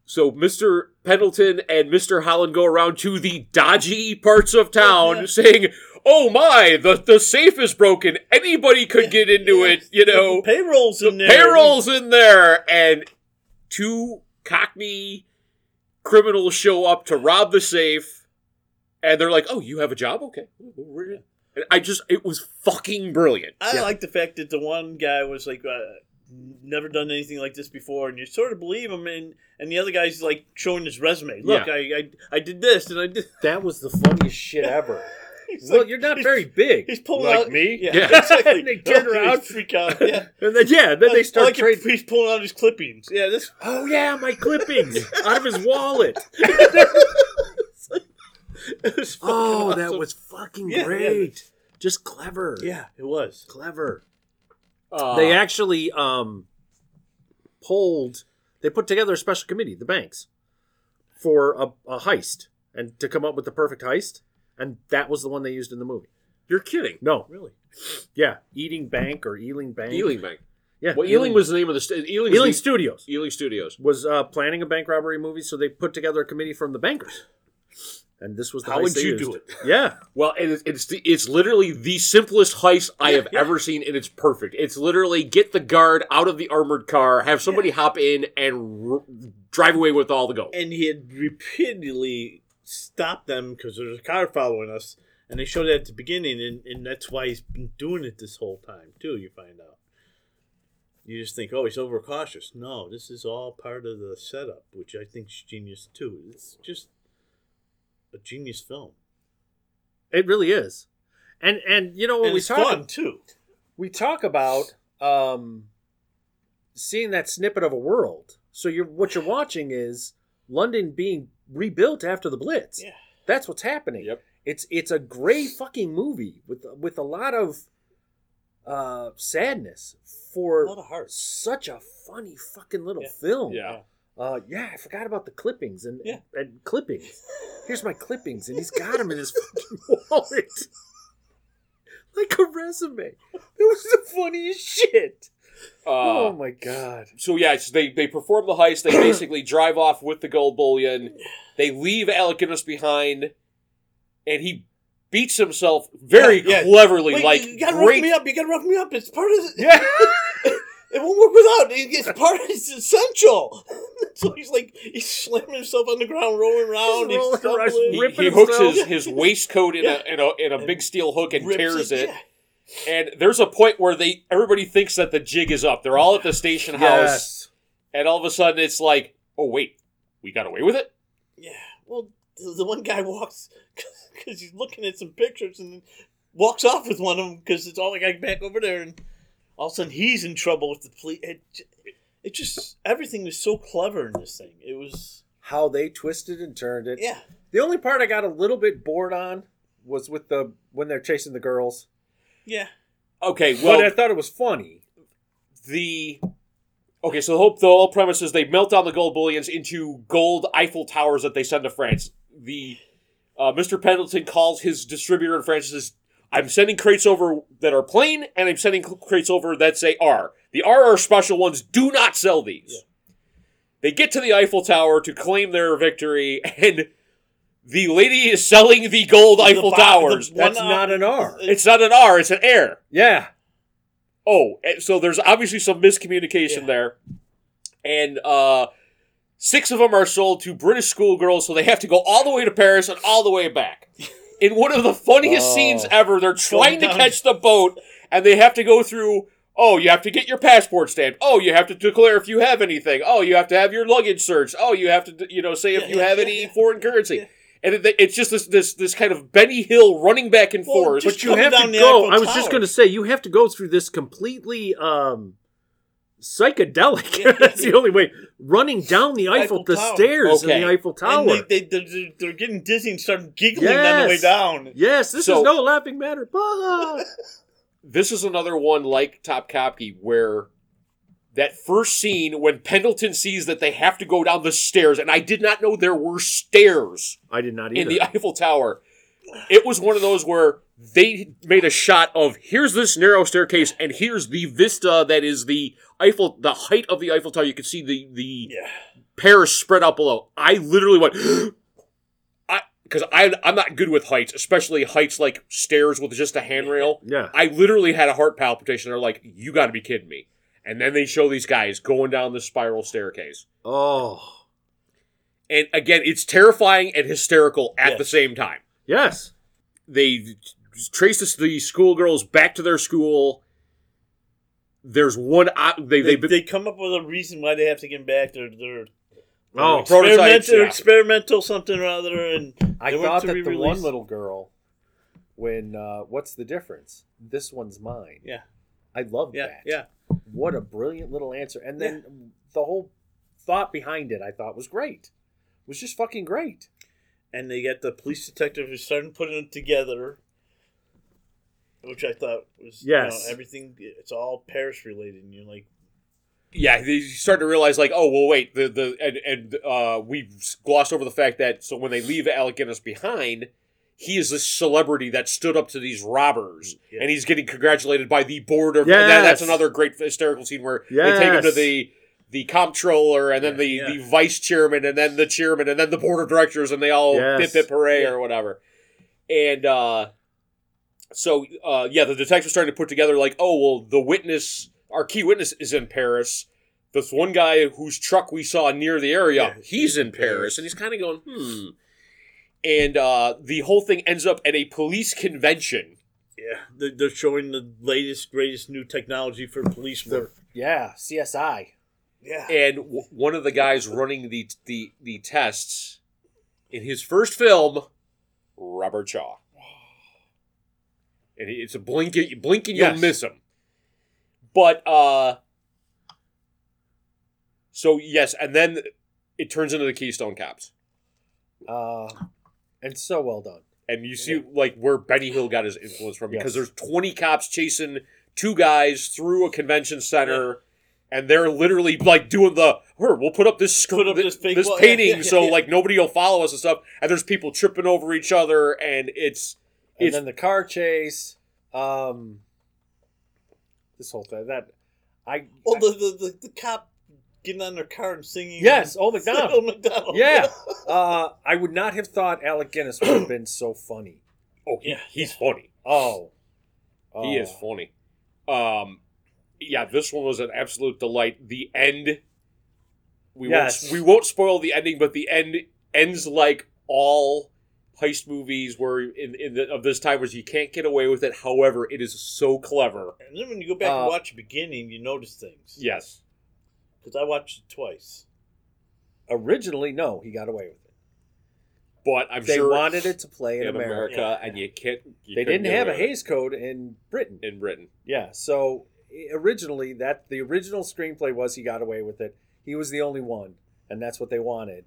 Speaker 1: so Mr. Pendleton and Mr. Holland go around to the dodgy parts of town
Speaker 2: Yeah.
Speaker 1: saying, "Oh my, the the safe is broken. Anybody could get into it, you
Speaker 2: [laughs]
Speaker 1: know.
Speaker 2: The payrolls in there.
Speaker 1: Payrolls in there and two cockney criminals show up to rob the safe and they're like, "Oh, you have a job? Okay." We're- And I just it was fucking brilliant.
Speaker 2: I like the fact that the one guy was like, uh, never done anything like this before, and you sort of believe him, and and the other guy's like showing his resume. Look,
Speaker 1: Yeah.
Speaker 2: I, I I did this, and I did.
Speaker 4: That was the funniest shit ever.
Speaker 2: He's
Speaker 4: well,
Speaker 2: like-
Speaker 4: you're not
Speaker 2: he's- [laughs]
Speaker 4: very big.
Speaker 2: He's pulling
Speaker 11: Like
Speaker 2: out
Speaker 11: me?
Speaker 2: Yeah,
Speaker 1: Yeah.
Speaker 2: [laughs] exactly.
Speaker 4: They turn
Speaker 2: Okay,
Speaker 4: around.
Speaker 2: freak [laughs] out. Yeah,
Speaker 4: And then, yeah, then
Speaker 2: I
Speaker 4: they start
Speaker 2: like it.
Speaker 4: trading.
Speaker 2: He's pulling out his clippings. Yeah, this [laughs]
Speaker 4: Oh yeah, my clippings out of his wallet.
Speaker 2: it was fucking
Speaker 4: Oh, that
Speaker 2: awesome.
Speaker 4: was fucking
Speaker 2: Yeah, yeah.
Speaker 4: great. Just clever.
Speaker 2: yeah, it was.
Speaker 4: Clever.
Speaker 1: Uh,
Speaker 4: they actually um polled they put together a special committee the banks for a, a heist and to come up with the perfect heist and that was the one they used in the movie
Speaker 1: you're kidding.
Speaker 4: no
Speaker 2: Really?
Speaker 4: yeah eating bank or ealing bank
Speaker 1: Ealing Bank.
Speaker 4: yeah
Speaker 1: Well, Ealing was the name of the st- Ealing.
Speaker 4: ealing
Speaker 1: Ealing,
Speaker 4: studios
Speaker 1: Ealing Studios.
Speaker 4: was uh, planning a bank robbery movie so they put together a committee from the bankers and this was the
Speaker 1: How
Speaker 4: heist
Speaker 1: would
Speaker 4: they
Speaker 1: you do
Speaker 4: used.
Speaker 1: it?
Speaker 4: yeah
Speaker 1: Well, and it's it's, the, it's literally the simplest heist I have ever seen, and it's perfect. It's literally get the guard out of the armored car, have somebody hop in, and r- drive away with all the gold.
Speaker 2: And he had repeatedly stopped them because there's a car following us, and they showed that at the beginning, and, and that's why he's been doing it this whole time too. You find out. You just think, oh, he's overcautious. No, this is all part of the setup, which I think is genius too. It's just a genius film.
Speaker 4: it really is and and you know when
Speaker 2: and
Speaker 4: we
Speaker 2: it's
Speaker 4: talk
Speaker 2: fun too.
Speaker 4: we talk about um, seeing that snippet of a world. So you're what you're watching is London being rebuilt after the Blitz.
Speaker 2: Yeah.
Speaker 4: That's what's happening.
Speaker 1: Yep.
Speaker 4: It's it's a great fucking movie with with a lot of uh, sadness for
Speaker 2: A lot of heart.
Speaker 4: such a funny fucking little
Speaker 2: Yeah.
Speaker 4: film.
Speaker 1: Yeah.
Speaker 4: Uh, yeah, I forgot about the clippings and
Speaker 2: Yeah.
Speaker 4: and
Speaker 1: [laughs]
Speaker 6: [laughs]
Speaker 4: clippings. Here's my clippings, and he's got them in his fucking wallet.
Speaker 6: like a resume. That was the funniest shit.
Speaker 1: Uh,
Speaker 6: oh my god.
Speaker 1: so yeah, it's- they they perform the
Speaker 2: [clears throat]
Speaker 1: heist. They basically drive off with the gold bullion. They leave Alakinus behind, and he beats himself very
Speaker 2: Yeah, yeah.
Speaker 1: cleverly, like
Speaker 2: you gotta rough me
Speaker 1: great.
Speaker 2: up. You gotta rough me up. It's part of the,
Speaker 1: Yeah,
Speaker 2: [laughs] it won't work without. it. It's part. It's essential. [laughs] so he's like he's slamming himself on the ground, rolling around. He's
Speaker 6: rolling around,
Speaker 2: stumbling,
Speaker 1: he,
Speaker 6: Ripping
Speaker 1: he hooks
Speaker 6: himself.
Speaker 1: his, his waistcoat in,
Speaker 2: [laughs] Yeah.
Speaker 1: a, in a in a big steel hook and
Speaker 2: rips
Speaker 1: tears it.
Speaker 2: yeah.
Speaker 1: And there's a point where they everybody thinks that the jig is up. They're all at the station house, and all of a sudden it's like, oh wait, we got away with it.
Speaker 2: Yeah. Well, the the one guy walks [laughs] because he's looking at some pictures and walks off with one of them because it's all the guy back over there, and all of a sudden he's in trouble with the police. It, j- it just everything was so clever in this thing. It was
Speaker 6: How they twisted and turned it.
Speaker 2: yeah.
Speaker 6: The only part I got a little bit bored on was with the when they're chasing the girls.
Speaker 2: Yeah,
Speaker 1: Okay, well,
Speaker 6: But I thought it was funny.
Speaker 1: the okay so the whole, the whole premise is they melt down the gold bullions into gold eiffel towers that they send to france the uh, mr pendleton calls his distributor in france and says i'm sending crates over that are plain and i'm sending cr- crates over that say r the r are special ones do not sell these they get to the eiffel tower to claim their victory and the lady is selling the gold eiffel
Speaker 2: bo- the
Speaker 1: towers
Speaker 2: one
Speaker 6: That's
Speaker 2: on-
Speaker 6: not an R.
Speaker 1: it's not an r it's an air
Speaker 6: Yeah.
Speaker 1: Oh, and so there's obviously some miscommunication
Speaker 2: Yeah.
Speaker 1: there. And uh, six of them are sold to British schoolgirls, so they have to go all the way to Paris and all the way
Speaker 2: [laughs]
Speaker 1: back. In one of the funniest
Speaker 6: Oh.
Speaker 1: scenes ever, they're trying to
Speaker 2: down.
Speaker 1: catch the boat, and they have to go through. Oh, you have to get your passport stamped. Oh, you have to declare if you have anything. Oh, you have to have your luggage searched. Oh, you have to, you know, say if
Speaker 2: Yeah,
Speaker 1: you
Speaker 2: yeah,
Speaker 1: have
Speaker 2: yeah,
Speaker 1: any
Speaker 2: yeah.
Speaker 1: foreign currency.
Speaker 2: Yeah.
Speaker 1: And it, it's just this, this this kind of Benny Hill running back and
Speaker 2: Well,
Speaker 1: forth.
Speaker 2: just
Speaker 6: But you
Speaker 2: coming
Speaker 6: have
Speaker 2: down
Speaker 6: to
Speaker 2: the
Speaker 6: go.
Speaker 2: Eiffel
Speaker 6: Oh, I was just
Speaker 2: Tower.
Speaker 6: going to say you have to go through this completely um psychedelic.
Speaker 2: Yeah.
Speaker 6: [laughs] That's the only way. Running down the Eiffel,
Speaker 2: Eiffel
Speaker 6: the
Speaker 2: Tower.
Speaker 6: stairs in
Speaker 1: Okay.
Speaker 6: the Eiffel
Speaker 2: and
Speaker 6: Tower.
Speaker 2: they, they they're- they're, they're getting dizzy and starting giggling on the way
Speaker 6: Yes.
Speaker 2: down.
Speaker 6: yes, this
Speaker 1: So-
Speaker 6: is no laughing matter. Bah!
Speaker 1: this is another one like Top Copy where that first scene when Pendleton sees that they have to go down the stairs, and I did not know there were stairs
Speaker 6: I did not
Speaker 1: in
Speaker 6: either.
Speaker 1: the Eiffel Tower. It was one of those where they made a shot of here's this narrow staircase and here's the vista that is the Eiffel the height of the Eiffel Tower. You can see the the
Speaker 2: Yeah,
Speaker 1: Paris spread out below. I literally went, [gasps] I because I I'm not good with heights, especially heights like stairs with just a handrail.
Speaker 6: yeah.
Speaker 1: I literally had a heart palpitation. They're like, you got to be kidding me. And then they show these guys going down the spiral staircase.
Speaker 6: Oh.
Speaker 1: And again, it's terrifying and hysterical at
Speaker 2: Yes.
Speaker 1: the same time.
Speaker 6: Yes.
Speaker 1: They trace this, the schoolgirls back to their school. There's one. op- They,
Speaker 2: they,
Speaker 1: they,
Speaker 2: they, come up with a reason why they have to get back. They're they're
Speaker 6: Oh,
Speaker 1: Bro- Prototypes,
Speaker 2: experimental,
Speaker 1: yeah.
Speaker 2: experimental something or other, and
Speaker 6: I
Speaker 2: they went
Speaker 6: thought
Speaker 2: to
Speaker 6: that the
Speaker 2: re-release.
Speaker 6: one little girl, when uh, what's the difference? This one's mine.
Speaker 2: Yeah.
Speaker 6: I love
Speaker 2: yeah
Speaker 6: that.
Speaker 2: yeah
Speaker 6: What a brilliant little answer! And then the whole thought behind it, I thought was great. Was just fucking great.
Speaker 2: and they got the police detective who's starting putting it together, which I thought was you know,
Speaker 6: Yes.
Speaker 2: everything it's all Paris related, and you're like,
Speaker 1: yeah, they start to realize like, oh well, wait, the the and and uh, we glossed over the fact that so when they leave Alec Guinness behind, he is this celebrity that stood up to these robbers,
Speaker 2: Yeah.
Speaker 1: and he's getting congratulated by the board of. and that- that's
Speaker 6: Yes.
Speaker 1: another great hysterical scene where they take him to
Speaker 6: Yes.
Speaker 1: the the comptroller, and then the,
Speaker 2: Yeah, yeah.
Speaker 1: the vice chairman, and then the chairman, and then the board of directors, and they all
Speaker 6: Yes.
Speaker 1: pip pip hooray
Speaker 2: Yeah.
Speaker 1: or whatever, and. uh so uh, yeah, the detectives starting to put together like, oh well, the witness, our key witness is in Paris. This one guy whose truck we saw near the area,
Speaker 2: Yeah,
Speaker 1: he's in Paris, and he's kind of going, hmm. And uh, the whole thing ends up at a police convention.
Speaker 2: yeah, they're, they're showing the latest greatest new technology for police work.
Speaker 6: Yeah, CSI.
Speaker 2: Yeah,
Speaker 1: and w- one of the guys running the the the tests in his first film, Robert Shaw. And he- it's a blink, you blink and
Speaker 6: Yes.
Speaker 1: you'll miss him. But uh, so yes, and then it turns into the Keystone Cops,
Speaker 6: Uh, and so well done.
Speaker 1: and you see like where Benny Hill got his influence from because
Speaker 6: Yes.
Speaker 1: there's 20 cops chasing two guys through a convention center. And they're literally like doing the, "Here, we'll put up this scr-
Speaker 2: Put up
Speaker 1: thi-
Speaker 2: this fake wall." [laughs] Yeah,
Speaker 1: painting,
Speaker 2: yeah, yeah,
Speaker 1: so
Speaker 2: yeah.
Speaker 1: like nobody will follow us and stuff. And there's people tripping over each other, and it's
Speaker 6: And
Speaker 1: It's-
Speaker 6: then the car chase.
Speaker 4: Um, this whole thing that I
Speaker 2: Oh, the, the, the, the cop getting on their car and singing.
Speaker 1: [laughs]
Speaker 4: Yes,
Speaker 2: [laughs]
Speaker 4: Old MacDonald.
Speaker 2: Old MacDonald.
Speaker 4: [laughs] yeah, uh, I would not have thought Alec Guinness would have been so
Speaker 1: [clears throat]
Speaker 4: funny.
Speaker 1: Oh,
Speaker 2: Yeah,
Speaker 1: he's funny.
Speaker 4: Oh,
Speaker 1: He is funny. Um, yeah, this one was an absolute delight. The end. We
Speaker 4: Yes.
Speaker 1: won't, we won't spoil the ending, but the end ends like all heist movies where in, in the, of this time was you can't get away with it. However, it is so clever.
Speaker 2: And then when you go back and
Speaker 4: Uh,
Speaker 2: watch the beginning, you notice things.
Speaker 1: Yes.
Speaker 2: Because I watched it twice.
Speaker 4: Originally, no, he got away with it.
Speaker 1: But I'm
Speaker 4: They
Speaker 1: sure
Speaker 4: wanted it to play in,
Speaker 1: in America,
Speaker 4: America.
Speaker 1: and you can't. You
Speaker 4: They
Speaker 1: couldn't
Speaker 4: didn't
Speaker 1: get
Speaker 4: have a
Speaker 1: away with
Speaker 4: Hayes Code in Britain.
Speaker 1: it in Britain.
Speaker 4: Yeah, so i- originally that the original screenplay was he got away with it. He was the only one, and that's what they wanted.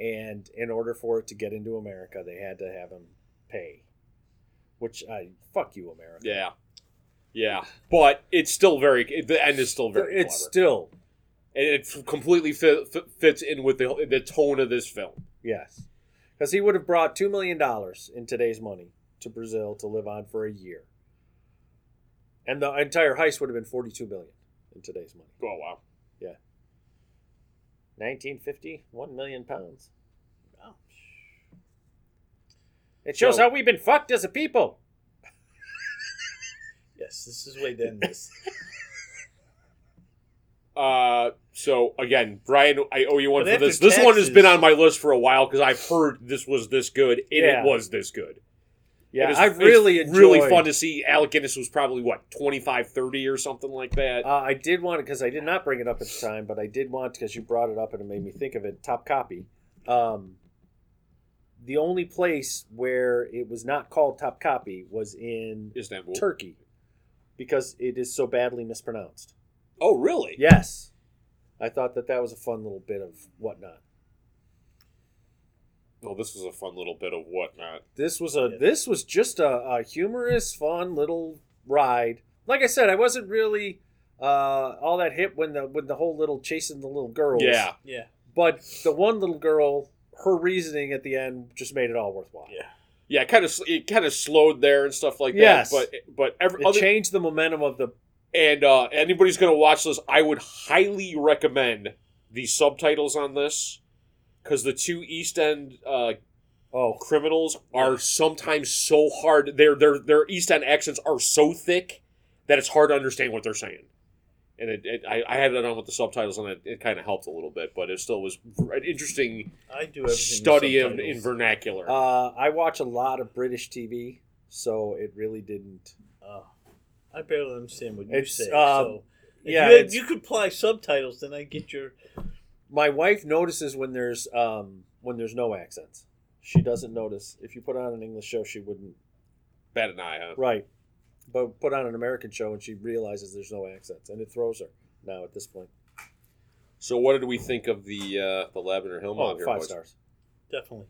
Speaker 4: And in order for it to get into America, they had to have him pay. Which I fuck you, America.
Speaker 1: Yeah, yeah. But it's still very. it- The end is still very.
Speaker 4: it's
Speaker 1: clever.
Speaker 4: still
Speaker 1: and it f- completely fit, f- fits in with the the tone of this film.
Speaker 4: yes, because he would have brought two million dollars in today's money to Brazil to live on for a year, and the entire heist would have been forty-two million in today's money.
Speaker 1: Oh wow.
Speaker 4: Nineteen fifty, one million pounds.
Speaker 2: Wow.
Speaker 4: It shows
Speaker 1: So-
Speaker 4: how we've been fucked as a people.
Speaker 2: Yes, this is way to end this.
Speaker 1: Uh, so again, Brian, I owe you one
Speaker 2: But
Speaker 1: for
Speaker 2: after
Speaker 1: this. This one has
Speaker 2: taxes-
Speaker 1: been on my list for a while because I've heard this was this good, and
Speaker 4: Yeah.
Speaker 1: it was this good.
Speaker 4: Yeah,
Speaker 1: It is-
Speaker 4: I've
Speaker 1: it's
Speaker 4: really enjoyed.
Speaker 1: really fun to see. Alec Guinness was probably what 25, 30 or something like that.
Speaker 4: Uh, I did want it because I did not bring it up at the time, but I did want because you brought it up and it made me think of it. Top copy. Um, the only place where it was not called top copy was in
Speaker 1: Istanbul.
Speaker 4: Turkey because it is so badly mispronounced.
Speaker 1: oh, really?
Speaker 4: Yes, I thought that that was a fun little bit of whatnot.
Speaker 1: Well, this was a fun little bit of whatnot.
Speaker 4: This was a
Speaker 2: Yeah.
Speaker 4: this was just a, a humorous, fun little ride. Like I said, I wasn't really uh, all that hip when the when the whole little chasing the little girls.
Speaker 1: Yeah,
Speaker 2: yeah.
Speaker 4: But the one little girl, her reasoning at the end just made it all worthwhile.
Speaker 2: Yeah.
Speaker 1: yeah. Kind of, it kind of slowed there and stuff like
Speaker 4: Yes.
Speaker 1: that. But, but every
Speaker 4: It
Speaker 1: other,
Speaker 4: changed the momentum of the.
Speaker 1: And uh, anybody's going to watch this, I would highly recommend the subtitles on this because the two East End uh,
Speaker 4: Oh,
Speaker 1: criminals are sometimes so hard. Their their their East End accents are so thick that it's hard to understand what they're saying. And it, it, I, I had it on with the subtitles, and it, it kind of helped a little bit, but it still was an interesting
Speaker 2: I do everything.
Speaker 1: study
Speaker 2: with
Speaker 1: in, in
Speaker 2: subtitles.
Speaker 1: vernacular.
Speaker 4: uh, I watch a lot of British TV, so it really didn't.
Speaker 2: Oh, I barely understand what you
Speaker 4: It's,
Speaker 2: say.
Speaker 4: um,
Speaker 2: so if
Speaker 4: yeah,
Speaker 2: you, had-
Speaker 4: it's-
Speaker 2: you could apply subtitles, then I get your.
Speaker 4: My wife notices when there's um, when there's no accents. She doesn't notice. If you put on an English show, she wouldn't.
Speaker 1: Bad an eye, huh?
Speaker 4: Right. But put on an American show and she realizes there's no accents, and it throws her now at this point.
Speaker 1: So, what did we think of the uh, the Lavender Hill
Speaker 4: Oh,
Speaker 1: Mob?
Speaker 4: five
Speaker 1: here, boys?
Speaker 4: stars.
Speaker 2: Definitely.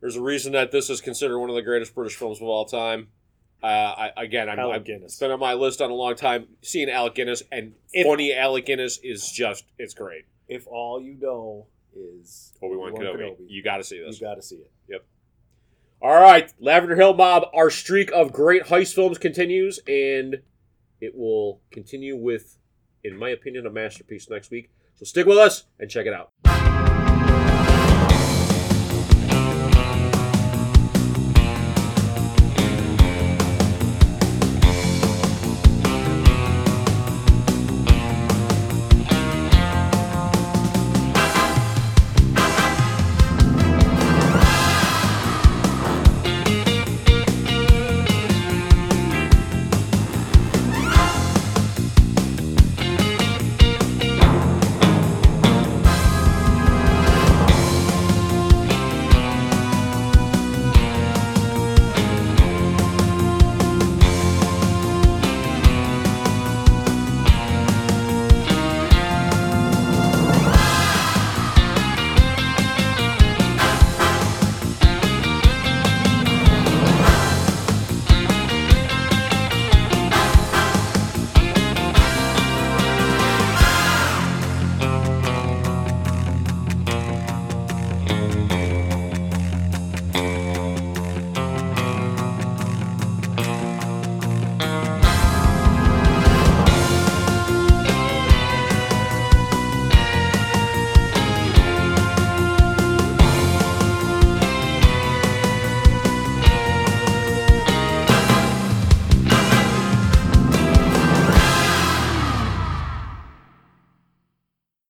Speaker 1: There's a reason that this is considered one of the greatest British films of all time. Uh, I, again, I'm,
Speaker 4: Alec
Speaker 1: I've
Speaker 4: Guinness.
Speaker 1: been on my list on a long time. Seeing Alec Guinness and
Speaker 4: If-
Speaker 1: funny Alec Guinness is just, it's great.
Speaker 4: If all you know is
Speaker 1: Obi-Wan Kenobi. You got to see this.
Speaker 4: you got to see it.
Speaker 1: all right, Lavender Hill Mob, our streak of great heist films continues, and it will continue with, in my opinion, a masterpiece next week. So stick with us and check it out.